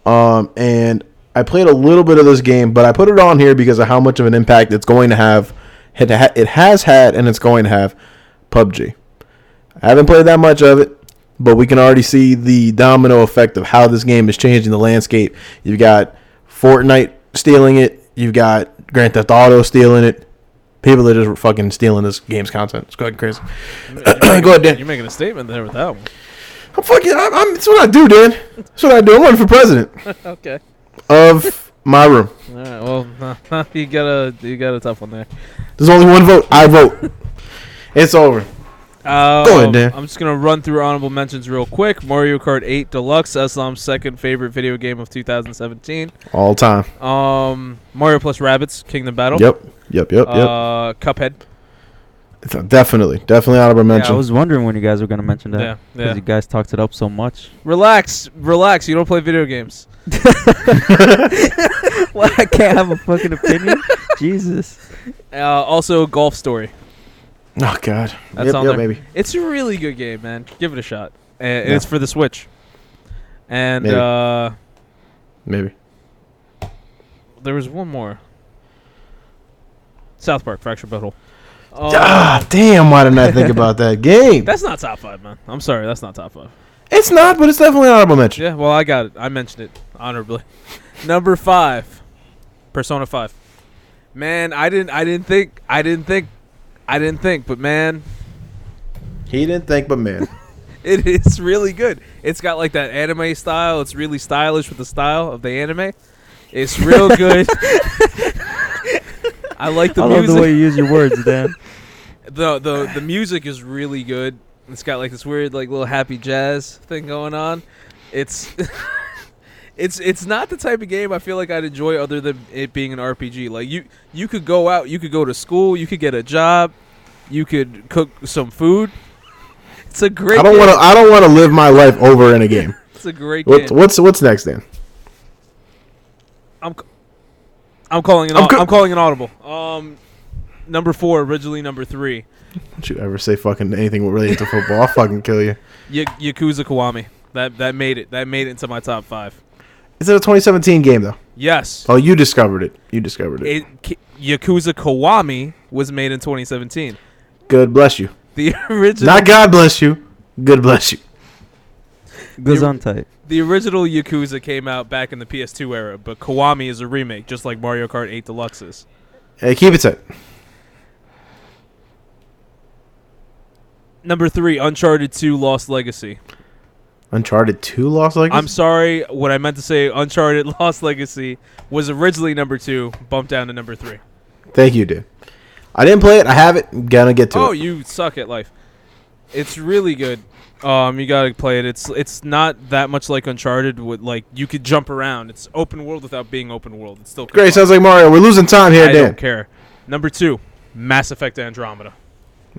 [SPEAKER 1] Um, and I played a little bit of this game, but I put it on here because of how much of an impact it's going to have. It, ha- it has had and it's going to have PUBG. I haven't played that much of it, but we can already see the domino effect of how this game is changing the landscape. You've got Fortnite stealing it. You've got Grand Theft Auto stealing it. People are just fucking stealing this game's content. It's going crazy. Go ahead, Dan.
[SPEAKER 2] You're making a statement there with that one.
[SPEAKER 1] I'm fucking. I'm, I'm, that's what I do, Dan. That's what I do. I'm running for president
[SPEAKER 2] Okay.
[SPEAKER 1] of my room.
[SPEAKER 2] All right. Well, you got a you got a tough one there.
[SPEAKER 1] There's only one vote. I vote. It's over.
[SPEAKER 2] Um,
[SPEAKER 1] Go ahead, Dan.
[SPEAKER 2] I'm just gonna run through honorable mentions real quick. Mario Kart 8 Deluxe, Eslam's second favorite video game of 2017.
[SPEAKER 1] All time.
[SPEAKER 2] Um, Mario plus Rabbits Kingdom Battle.
[SPEAKER 1] Yep. Yep. Yep. Yep.
[SPEAKER 2] Uh, Cuphead.
[SPEAKER 1] definitely. Definitely honorable
[SPEAKER 3] Yeah,
[SPEAKER 1] mention.
[SPEAKER 3] I was wondering when you guys were gonna mention that.
[SPEAKER 2] Yeah,
[SPEAKER 3] Because
[SPEAKER 2] yeah.
[SPEAKER 3] you guys talked it up so much.
[SPEAKER 2] Relax, relax. You don't play video games.
[SPEAKER 3] well, I can't have a fucking opinion. Jesus.
[SPEAKER 2] Uh, also, Golf Story.
[SPEAKER 1] oh God.
[SPEAKER 2] That's
[SPEAKER 1] yep.
[SPEAKER 2] on there.
[SPEAKER 1] yep. Maybe.
[SPEAKER 2] It's a really good game, man. Give it a shot. Uh, and
[SPEAKER 1] Yeah.
[SPEAKER 2] It's for the Switch. And
[SPEAKER 1] Maybe.
[SPEAKER 2] uh,
[SPEAKER 1] Maybe.
[SPEAKER 2] there was one more. South Park Fractured Butthole. Uh,
[SPEAKER 1] ah, damn! Why didn't I think about that game?
[SPEAKER 2] That's not top five, man. I'm sorry, that's not top five.
[SPEAKER 1] It's not, but it's definitely an honorable mention.
[SPEAKER 2] Yeah, well, I got it. I mentioned it honorably. Number five, Persona Five. Man, I didn't, I didn't think, I didn't think, I didn't think, but man,
[SPEAKER 1] He didn't think, but man,
[SPEAKER 2] it is really good. It's got like that anime style. It's really stylish with the style of the anime. It's real good. I like the
[SPEAKER 3] I love
[SPEAKER 2] music.
[SPEAKER 3] the way you use your words, Dan.
[SPEAKER 2] the the the music is really good. It's got like this weird like little happy jazz thing going on. It's it's it's not the type of game I feel like I'd enjoy other than it being an RPG. Like you you could go out, you could go to school, you could get a job, you could cook some food. It's a great.
[SPEAKER 1] I don't want to. I don't want to live my life over in a game.
[SPEAKER 2] to. It's a great
[SPEAKER 1] What,
[SPEAKER 2] game.
[SPEAKER 1] What's what's next, Dan?
[SPEAKER 2] I'm ca- I'm calling an
[SPEAKER 1] I'm
[SPEAKER 2] au-
[SPEAKER 1] co-
[SPEAKER 2] I'm calling an audible. Um, number four originally number three.
[SPEAKER 1] Don't you ever say fucking anything related to football? I'll fucking kill you.
[SPEAKER 2] Y- Yakuza Kiwami. That that made it. That made it into my top five.
[SPEAKER 1] Is it a 2017 game though?
[SPEAKER 2] Yes.
[SPEAKER 1] Oh, you discovered it. You discovered it.
[SPEAKER 2] it, K- Yakuza Kiwami was made in 2017.
[SPEAKER 1] Good bless you.
[SPEAKER 2] The original,
[SPEAKER 1] Not God bless you. Good bless you.
[SPEAKER 3] Goes on tight.
[SPEAKER 2] the original Yakuza came out back in the PS2 era, but Kiwami is a remake, just like Mario Kart 8 Deluxe is.
[SPEAKER 1] Hey, keep it tight.
[SPEAKER 2] Number three, Uncharted 2: Lost Legacy.
[SPEAKER 1] Uncharted 2 Lost Legacy.
[SPEAKER 2] I'm sorry, what I meant to say, Uncharted Lost Legacy was originally number two, bumped down to number three.
[SPEAKER 1] Thank you, dude. I didn't play it. I have it. I'm gonna get to
[SPEAKER 2] Oh,
[SPEAKER 1] it.
[SPEAKER 2] you suck at life. It's really good. Um, you gotta play it. It's it's not that much like Uncharted. With like you could jump around. It's open world without being open world. It's still
[SPEAKER 1] Great.
[SPEAKER 2] confined.
[SPEAKER 1] Sounds like Mario. We're losing time here,
[SPEAKER 2] I
[SPEAKER 1] Dan.
[SPEAKER 2] don't care. Number two, Mass Effect Andromeda.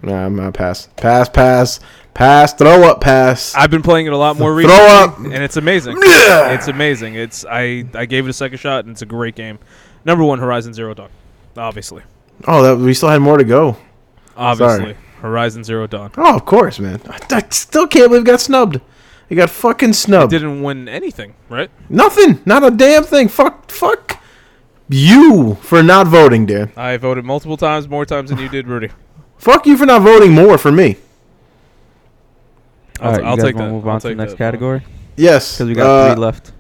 [SPEAKER 1] Nah, I'm not pass. Pass. Pass. Pass. Throw up. Pass.
[SPEAKER 2] I've been playing it a lot more
[SPEAKER 1] Throw
[SPEAKER 2] recently,
[SPEAKER 1] up.
[SPEAKER 2] and it's amazing. it's amazing. It's I I gave it a second shot, and it's a great game. Number one, Horizon Zero Dawn. Obviously,
[SPEAKER 1] oh, that we still had more to go.
[SPEAKER 2] obviously, Horizon Zero Dawn.
[SPEAKER 1] Oh, of course, man. I, I still can't believe it got snubbed. It got fucking snubbed.
[SPEAKER 2] Didn't win anything, right?
[SPEAKER 1] Nothing. Not a damn thing. Fuck. Fuck you for not voting, Dan.
[SPEAKER 2] I voted multiple times, more times than you did, Rudy.
[SPEAKER 1] Fuck you for not voting more for me.
[SPEAKER 2] I'll,
[SPEAKER 3] All right,
[SPEAKER 2] I'll
[SPEAKER 3] you guys
[SPEAKER 2] take
[SPEAKER 3] wanna
[SPEAKER 2] that.
[SPEAKER 3] move
[SPEAKER 2] I'll
[SPEAKER 3] on to the
[SPEAKER 2] take
[SPEAKER 3] next
[SPEAKER 2] that.
[SPEAKER 3] category
[SPEAKER 1] Yes.
[SPEAKER 3] because we got
[SPEAKER 1] uh,
[SPEAKER 3] three left.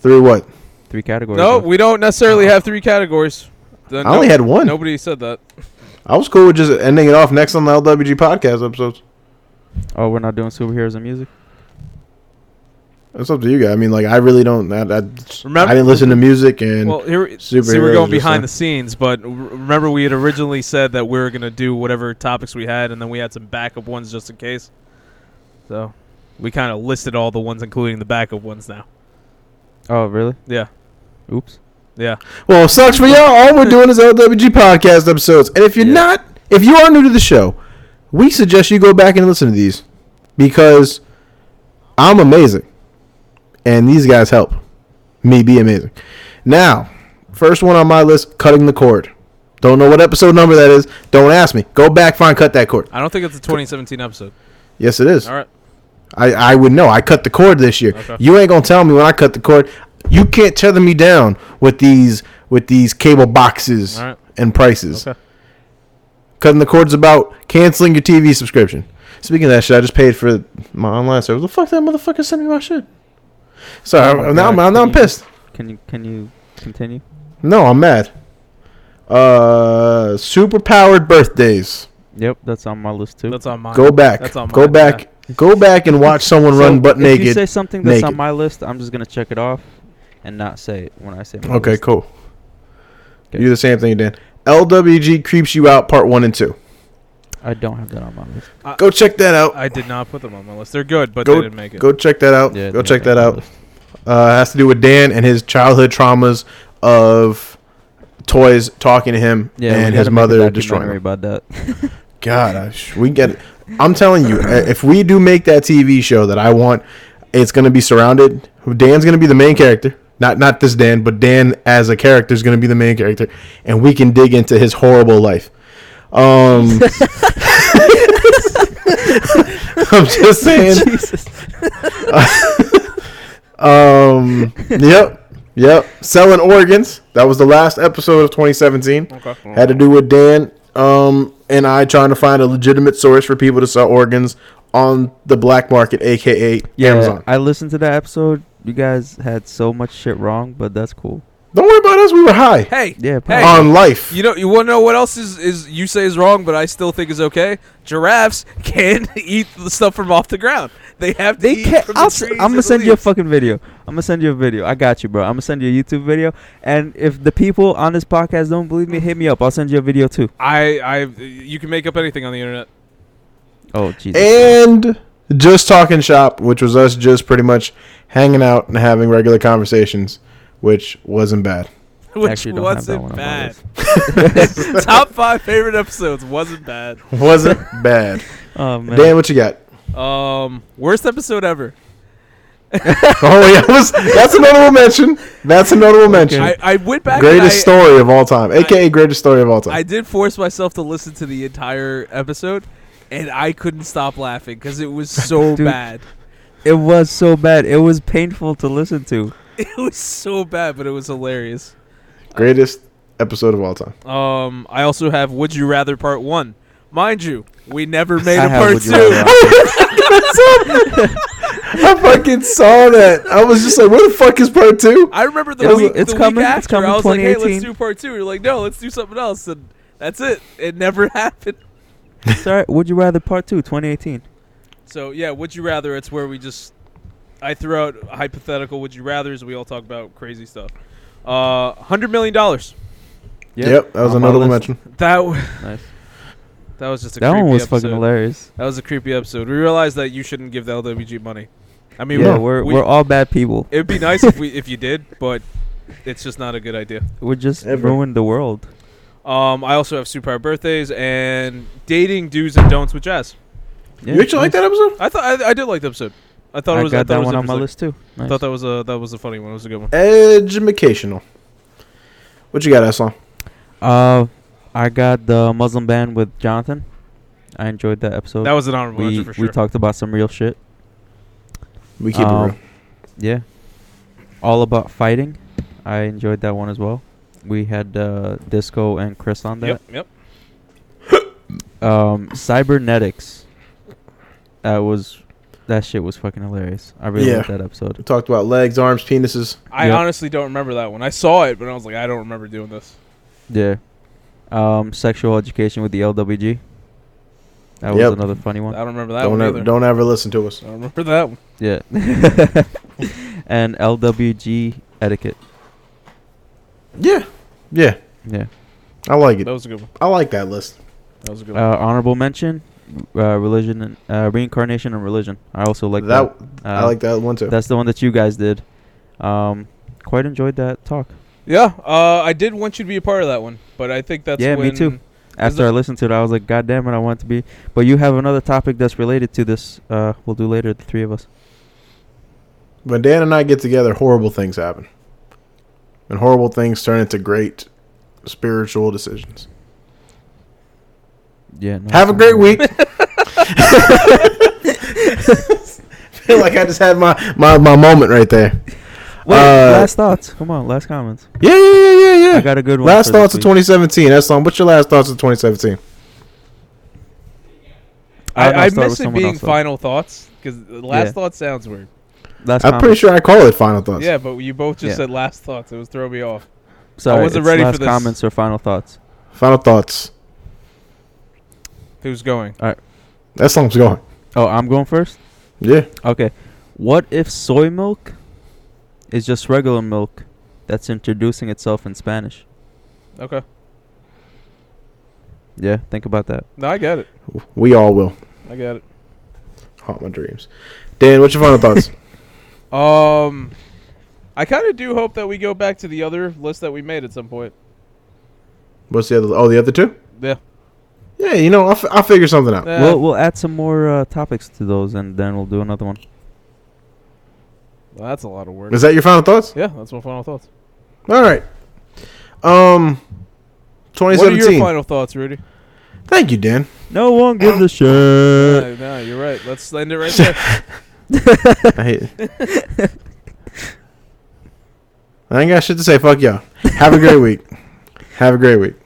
[SPEAKER 1] three what?
[SPEAKER 3] Three categories.
[SPEAKER 2] No,
[SPEAKER 3] left.
[SPEAKER 2] we don't necessarily
[SPEAKER 3] Oh.
[SPEAKER 2] have three categories. The-
[SPEAKER 1] I only
[SPEAKER 2] no-
[SPEAKER 1] had one.
[SPEAKER 2] Nobody said that.
[SPEAKER 1] I was cool with just ending it off next on the LWG podcast episodes.
[SPEAKER 3] oh, we're not doing superheroes and music.
[SPEAKER 1] That's up to you guys. I mean, like, I really don't. I, I,
[SPEAKER 2] Remember-
[SPEAKER 1] I didn't listen to music, and
[SPEAKER 2] Well, here see,
[SPEAKER 1] Superheroes
[SPEAKER 2] we're going
[SPEAKER 1] or
[SPEAKER 2] behind the
[SPEAKER 1] something.
[SPEAKER 2] scenes, but r- remember we had originally said that we were going to do whatever topics we had, and then we had some backup ones just in case. So we kind of listed all the ones, including the backup ones now.
[SPEAKER 3] Oh, really?
[SPEAKER 2] Yeah,
[SPEAKER 3] Oops.
[SPEAKER 2] yeah.
[SPEAKER 1] well, sucks for y'all. All we're doing is LWG podcast episodes. And if you're
[SPEAKER 2] Yeah.
[SPEAKER 1] not, if you are new to the show, we suggest you go back and listen to these because I'm amazing, and these guys help me be amazing. Now, first one on my list: cutting the cord. Don't know what episode number that is. Don't ask me. Go back, find, cut that cord.
[SPEAKER 2] I don't think it's a 2017 episode.
[SPEAKER 1] Yes, it is.
[SPEAKER 2] All right.
[SPEAKER 1] I, I would know. I cut the cord this year.
[SPEAKER 2] Okay.
[SPEAKER 1] You ain't gonna tell me when I cut the cord. You can't tether me down with these with these cable boxes
[SPEAKER 2] All right.
[SPEAKER 1] and prices.
[SPEAKER 2] Okay.
[SPEAKER 1] Cutting the cord's about canceling your TV subscription. Speaking of that shit, I just paid for my online service. The fuck that motherfucker sent me my shit. Sorry,
[SPEAKER 3] Oh my
[SPEAKER 1] I'm- now,
[SPEAKER 3] God,
[SPEAKER 1] I'm, now I'm
[SPEAKER 3] can you-
[SPEAKER 1] pissed.
[SPEAKER 3] Can you can you continue?
[SPEAKER 1] No, I'm mad. Uh, super powered birthdays.
[SPEAKER 3] Yep, that's on my list too.
[SPEAKER 2] That's on mine.
[SPEAKER 1] Go back.
[SPEAKER 2] That's on
[SPEAKER 1] Go
[SPEAKER 2] mine,
[SPEAKER 1] back. Go back and watch someone
[SPEAKER 3] So,
[SPEAKER 1] run butt
[SPEAKER 3] if you
[SPEAKER 1] naked.
[SPEAKER 3] say something that's on
[SPEAKER 1] naked.
[SPEAKER 3] my list, I'm just gonna check it off and not say it when I say my
[SPEAKER 1] Okay,
[SPEAKER 3] list.
[SPEAKER 1] cool.
[SPEAKER 3] Okay.
[SPEAKER 1] You do the same thing, Dan. LWG creeps you out, part one and two.
[SPEAKER 3] I don't have that on my list.
[SPEAKER 1] Go check that out.
[SPEAKER 2] I did not put them on my list. They're good, but
[SPEAKER 1] Go-
[SPEAKER 2] they didn't make it.
[SPEAKER 1] Go check that out.
[SPEAKER 3] Yeah,
[SPEAKER 1] Go
[SPEAKER 3] no,
[SPEAKER 1] check
[SPEAKER 3] thank
[SPEAKER 1] that
[SPEAKER 3] you.
[SPEAKER 1] out. Uh, it has to do with Dan and his childhood traumas of toys talking to him
[SPEAKER 3] Yeah, we
[SPEAKER 1] and
[SPEAKER 3] gotta
[SPEAKER 1] his
[SPEAKER 3] make a
[SPEAKER 1] mother destroying
[SPEAKER 3] documentary
[SPEAKER 1] him.
[SPEAKER 3] about that.
[SPEAKER 1] God, I sh- we get it. I'm telling you, i- if we do make that TV show that I want, it's going to be surrounded. Dan's going to be the main character. Not not this Dan, but Dan as a character is going to be the main character, and we can dig into his horrible life. Um, I'm just saying.
[SPEAKER 3] Jesus.
[SPEAKER 1] Um. yep. Yep. Selling organs. That was the last episode of 2017.
[SPEAKER 2] Okay.
[SPEAKER 1] Had to do with Dan um, and I trying to find a legitimate source for people to sell organs on the black market, aka
[SPEAKER 3] Yeah,
[SPEAKER 1] Amazon.
[SPEAKER 3] I listened to that episode. You guys had so much shit wrong, but that's cool.
[SPEAKER 1] Don't worry about us. We were high
[SPEAKER 2] Hey,
[SPEAKER 3] Yeah,
[SPEAKER 2] hey,
[SPEAKER 1] on life.
[SPEAKER 2] you know, you want to know what else is, is you say is wrong, but I still think is okay. Giraffes can eat the stuff from off the ground. They have to.
[SPEAKER 3] They
[SPEAKER 2] eat
[SPEAKER 3] can't.
[SPEAKER 2] From the
[SPEAKER 3] I'll, s-
[SPEAKER 2] trees
[SPEAKER 3] I'm
[SPEAKER 2] and
[SPEAKER 3] gonna
[SPEAKER 2] the
[SPEAKER 3] send you a
[SPEAKER 2] leaves.
[SPEAKER 3] fucking video. I'm gonna send you a video. I got you, bro. I'm gonna send you a YouTube video. And if the people on this podcast don't believe me, hit me up. I'll send you a video too.
[SPEAKER 2] I, I, you can make up anything on the internet.
[SPEAKER 3] Oh Jesus.
[SPEAKER 1] and just talking shop, which was us just pretty much hanging out and having regular conversations, which wasn't bad.
[SPEAKER 2] Which
[SPEAKER 3] actually don't have that one
[SPEAKER 2] wasn't
[SPEAKER 3] on my
[SPEAKER 2] bad. Top five favorite episodes wasn't bad.
[SPEAKER 1] Wasn't bad.
[SPEAKER 3] oh man.
[SPEAKER 1] Dan, what you got?
[SPEAKER 2] Um, worst episode ever.
[SPEAKER 1] Oh yeah, was, that's a notable mention. That's a notable mention.
[SPEAKER 2] I, I went back. and
[SPEAKER 1] greatest
[SPEAKER 2] I,
[SPEAKER 1] story of all time, aka greatest story of all time.
[SPEAKER 2] I did force myself to listen to the entire episode, and I couldn't stop laughing because it was so
[SPEAKER 3] Dude.
[SPEAKER 2] bad.
[SPEAKER 3] It was so bad. It was painful to listen to.
[SPEAKER 2] It was so bad, but it was hilarious.
[SPEAKER 1] greatest episode of all time.
[SPEAKER 2] Um, I also have Would You Rather Part One. Mind you, we never made
[SPEAKER 3] I
[SPEAKER 2] a
[SPEAKER 3] have
[SPEAKER 2] part
[SPEAKER 3] Would You
[SPEAKER 2] two.
[SPEAKER 3] Rather.
[SPEAKER 1] I fucking saw that. I was just like, where the fuck is part two?
[SPEAKER 2] I remember the
[SPEAKER 3] It's-
[SPEAKER 2] week.
[SPEAKER 3] it's
[SPEAKER 2] the
[SPEAKER 3] coming,
[SPEAKER 2] Week
[SPEAKER 3] it's
[SPEAKER 2] after,
[SPEAKER 3] coming
[SPEAKER 2] I was like, "Hey, let's
[SPEAKER 3] 2018.
[SPEAKER 2] do part two. You're like, "No, let's do something else," and that's it. It never happened.
[SPEAKER 3] Sorry. Would you rather part two, 2018?
[SPEAKER 2] So yeah, would you rather? It's where we just I threw out hypothetical would you rather's. We all talk about crazy stuff. Uh, hundred million dollars.
[SPEAKER 1] Yep, that was a
[SPEAKER 3] on my
[SPEAKER 1] notable
[SPEAKER 3] list.
[SPEAKER 1] mention.
[SPEAKER 2] That w-
[SPEAKER 3] Nice.
[SPEAKER 2] that was just a
[SPEAKER 3] That
[SPEAKER 2] creepy
[SPEAKER 3] one was
[SPEAKER 2] episode.
[SPEAKER 3] fucking hilarious.
[SPEAKER 2] That was a creepy episode. We realized that you shouldn't give the LWG money. I mean,
[SPEAKER 3] yeah,
[SPEAKER 2] we-
[SPEAKER 3] we're
[SPEAKER 2] we-
[SPEAKER 3] we're all bad people.
[SPEAKER 2] It'd be nice if we if you did, but it's just not a good idea.
[SPEAKER 3] We just
[SPEAKER 1] Ever.
[SPEAKER 3] ruined the world.
[SPEAKER 2] Um, I also have super birthdays and dating do's and don'ts with Jazz.
[SPEAKER 3] Yeah,
[SPEAKER 1] you actually like that episode?
[SPEAKER 2] I thought I, I did like the episode. I thought
[SPEAKER 3] I
[SPEAKER 2] it was I
[SPEAKER 3] got
[SPEAKER 2] thought it
[SPEAKER 3] that
[SPEAKER 2] was
[SPEAKER 3] one on my
[SPEAKER 2] interesting.
[SPEAKER 3] list too.
[SPEAKER 2] I
[SPEAKER 3] Nice.
[SPEAKER 2] thought that was a that was a funny one. It was a good one.
[SPEAKER 1] Educational. What you got, Aslan?
[SPEAKER 3] Uh, I got the Muslim band with Jonathan. I enjoyed that episode.
[SPEAKER 2] That was an honorable
[SPEAKER 3] we
[SPEAKER 2] mention for sure.
[SPEAKER 3] we talked about some real shit.
[SPEAKER 1] We keep
[SPEAKER 3] Um,
[SPEAKER 1] it real.
[SPEAKER 3] Yeah, all about fighting. I enjoyed that one as well. We had uh, Disco and Chris on that.
[SPEAKER 2] Yep, yep.
[SPEAKER 3] Um, cybernetics. That was that shit was fucking hilarious. I really
[SPEAKER 1] Yeah.
[SPEAKER 3] liked that episode.
[SPEAKER 1] We talked about legs, arms, penises.
[SPEAKER 2] I
[SPEAKER 3] Yep.
[SPEAKER 2] honestly don't remember that one. I saw it, but I was like, I don't remember doing this.
[SPEAKER 3] Yeah. Um, sexual education with the LWG. That was
[SPEAKER 1] Yep.
[SPEAKER 3] another funny
[SPEAKER 2] I
[SPEAKER 3] one.
[SPEAKER 2] don't remember that
[SPEAKER 1] Don't
[SPEAKER 2] one
[SPEAKER 1] ever,
[SPEAKER 2] either.
[SPEAKER 1] don't ever listen to us.
[SPEAKER 2] I don't remember that one.
[SPEAKER 3] Yeah. and LWG etiquette.
[SPEAKER 1] Yeah, yeah.
[SPEAKER 3] Yeah.
[SPEAKER 1] I like it.
[SPEAKER 2] That was a good one.
[SPEAKER 1] I like that list.
[SPEAKER 2] That was a good one.
[SPEAKER 3] Uh, honorable mention, uh, religion, and, uh, reincarnation and religion. I also like
[SPEAKER 1] that,
[SPEAKER 3] that.
[SPEAKER 1] I
[SPEAKER 3] Uh,
[SPEAKER 1] like that one too.
[SPEAKER 3] That's the one that you guys did. Um, quite enjoyed that talk.
[SPEAKER 2] Yeah, uh, I did want you to be a part of that one, but I think that's
[SPEAKER 3] Yeah, me
[SPEAKER 2] when-
[SPEAKER 3] too.
[SPEAKER 2] Is
[SPEAKER 3] After
[SPEAKER 2] it-
[SPEAKER 3] I listened to it, I was like, "God damn it, I want to be." But you have another topic that's related to this. Uh, we'll do later, the three of us.
[SPEAKER 1] when Dan and I get together, horrible things happen. And horrible things turn into great spiritual decisions.
[SPEAKER 3] Yeah. no,
[SPEAKER 1] Have a
[SPEAKER 3] I'm
[SPEAKER 1] great
[SPEAKER 3] good.
[SPEAKER 1] week. feel like I just had my, my, my moment right there.
[SPEAKER 3] Wait,
[SPEAKER 1] Uh,
[SPEAKER 3] last thoughts. Come on, last comments.
[SPEAKER 1] Yeah, yeah, yeah, yeah,
[SPEAKER 3] I
[SPEAKER 1] yeah.
[SPEAKER 3] got a good one.
[SPEAKER 1] Last
[SPEAKER 3] for this
[SPEAKER 1] thoughts of
[SPEAKER 3] week.
[SPEAKER 1] 2017. That's on. What's your last thoughts of 2017?
[SPEAKER 3] Uh, no,
[SPEAKER 2] I, I
[SPEAKER 3] start with
[SPEAKER 2] miss it
[SPEAKER 3] someone
[SPEAKER 2] being
[SPEAKER 3] else, though.
[SPEAKER 2] final thoughts because last
[SPEAKER 3] Yeah.
[SPEAKER 2] thought sounds weird.
[SPEAKER 3] Last
[SPEAKER 1] I'm
[SPEAKER 3] comment.
[SPEAKER 1] pretty sure I call it Final Thoughts.
[SPEAKER 2] Yeah, but you both just
[SPEAKER 3] Yeah.
[SPEAKER 2] said last thoughts. It was throw me off.
[SPEAKER 3] Sorry,
[SPEAKER 2] wasn't
[SPEAKER 3] it's
[SPEAKER 2] ready for
[SPEAKER 3] last
[SPEAKER 2] this.
[SPEAKER 3] comments or final thoughts.
[SPEAKER 1] Final Thoughts.
[SPEAKER 2] Who's going?
[SPEAKER 1] That song's going.
[SPEAKER 3] Oh, I'm going first.
[SPEAKER 1] Yeah.
[SPEAKER 3] Okay. What if soy milk is just regular milk that's introducing itself in Spanish?
[SPEAKER 2] Okay.
[SPEAKER 3] Yeah, think about that.
[SPEAKER 2] No, I get it.
[SPEAKER 1] We all will.
[SPEAKER 2] I get it.
[SPEAKER 1] Haunt my dreams. Dan, what's your final thoughts?
[SPEAKER 2] Um, I kind of do hope that we go back to the other list that we made at some point. Eh,
[SPEAKER 1] What's the other? Oh, the other two?
[SPEAKER 2] Yeah.
[SPEAKER 1] Yeah, you know, I'll, f- I'll figure something out.
[SPEAKER 2] Eh,
[SPEAKER 3] We'll we'll add some more uh, topics to those, and then we'll do another one.
[SPEAKER 2] well, that's a lot of work.
[SPEAKER 1] Is that your final thoughts?
[SPEAKER 2] Yeah, that's my final thoughts.
[SPEAKER 1] All right. Um,
[SPEAKER 2] What are your
[SPEAKER 1] 2017.
[SPEAKER 2] final thoughts, Rudy?
[SPEAKER 1] Thank you, Dan.
[SPEAKER 3] No one gives a
[SPEAKER 1] Uh,
[SPEAKER 3] shit.
[SPEAKER 2] No, no, you're right. Let's end it right there.
[SPEAKER 1] I hate it. I ain't got shit to say. Fuck y'all. Have a great week. Have a great week.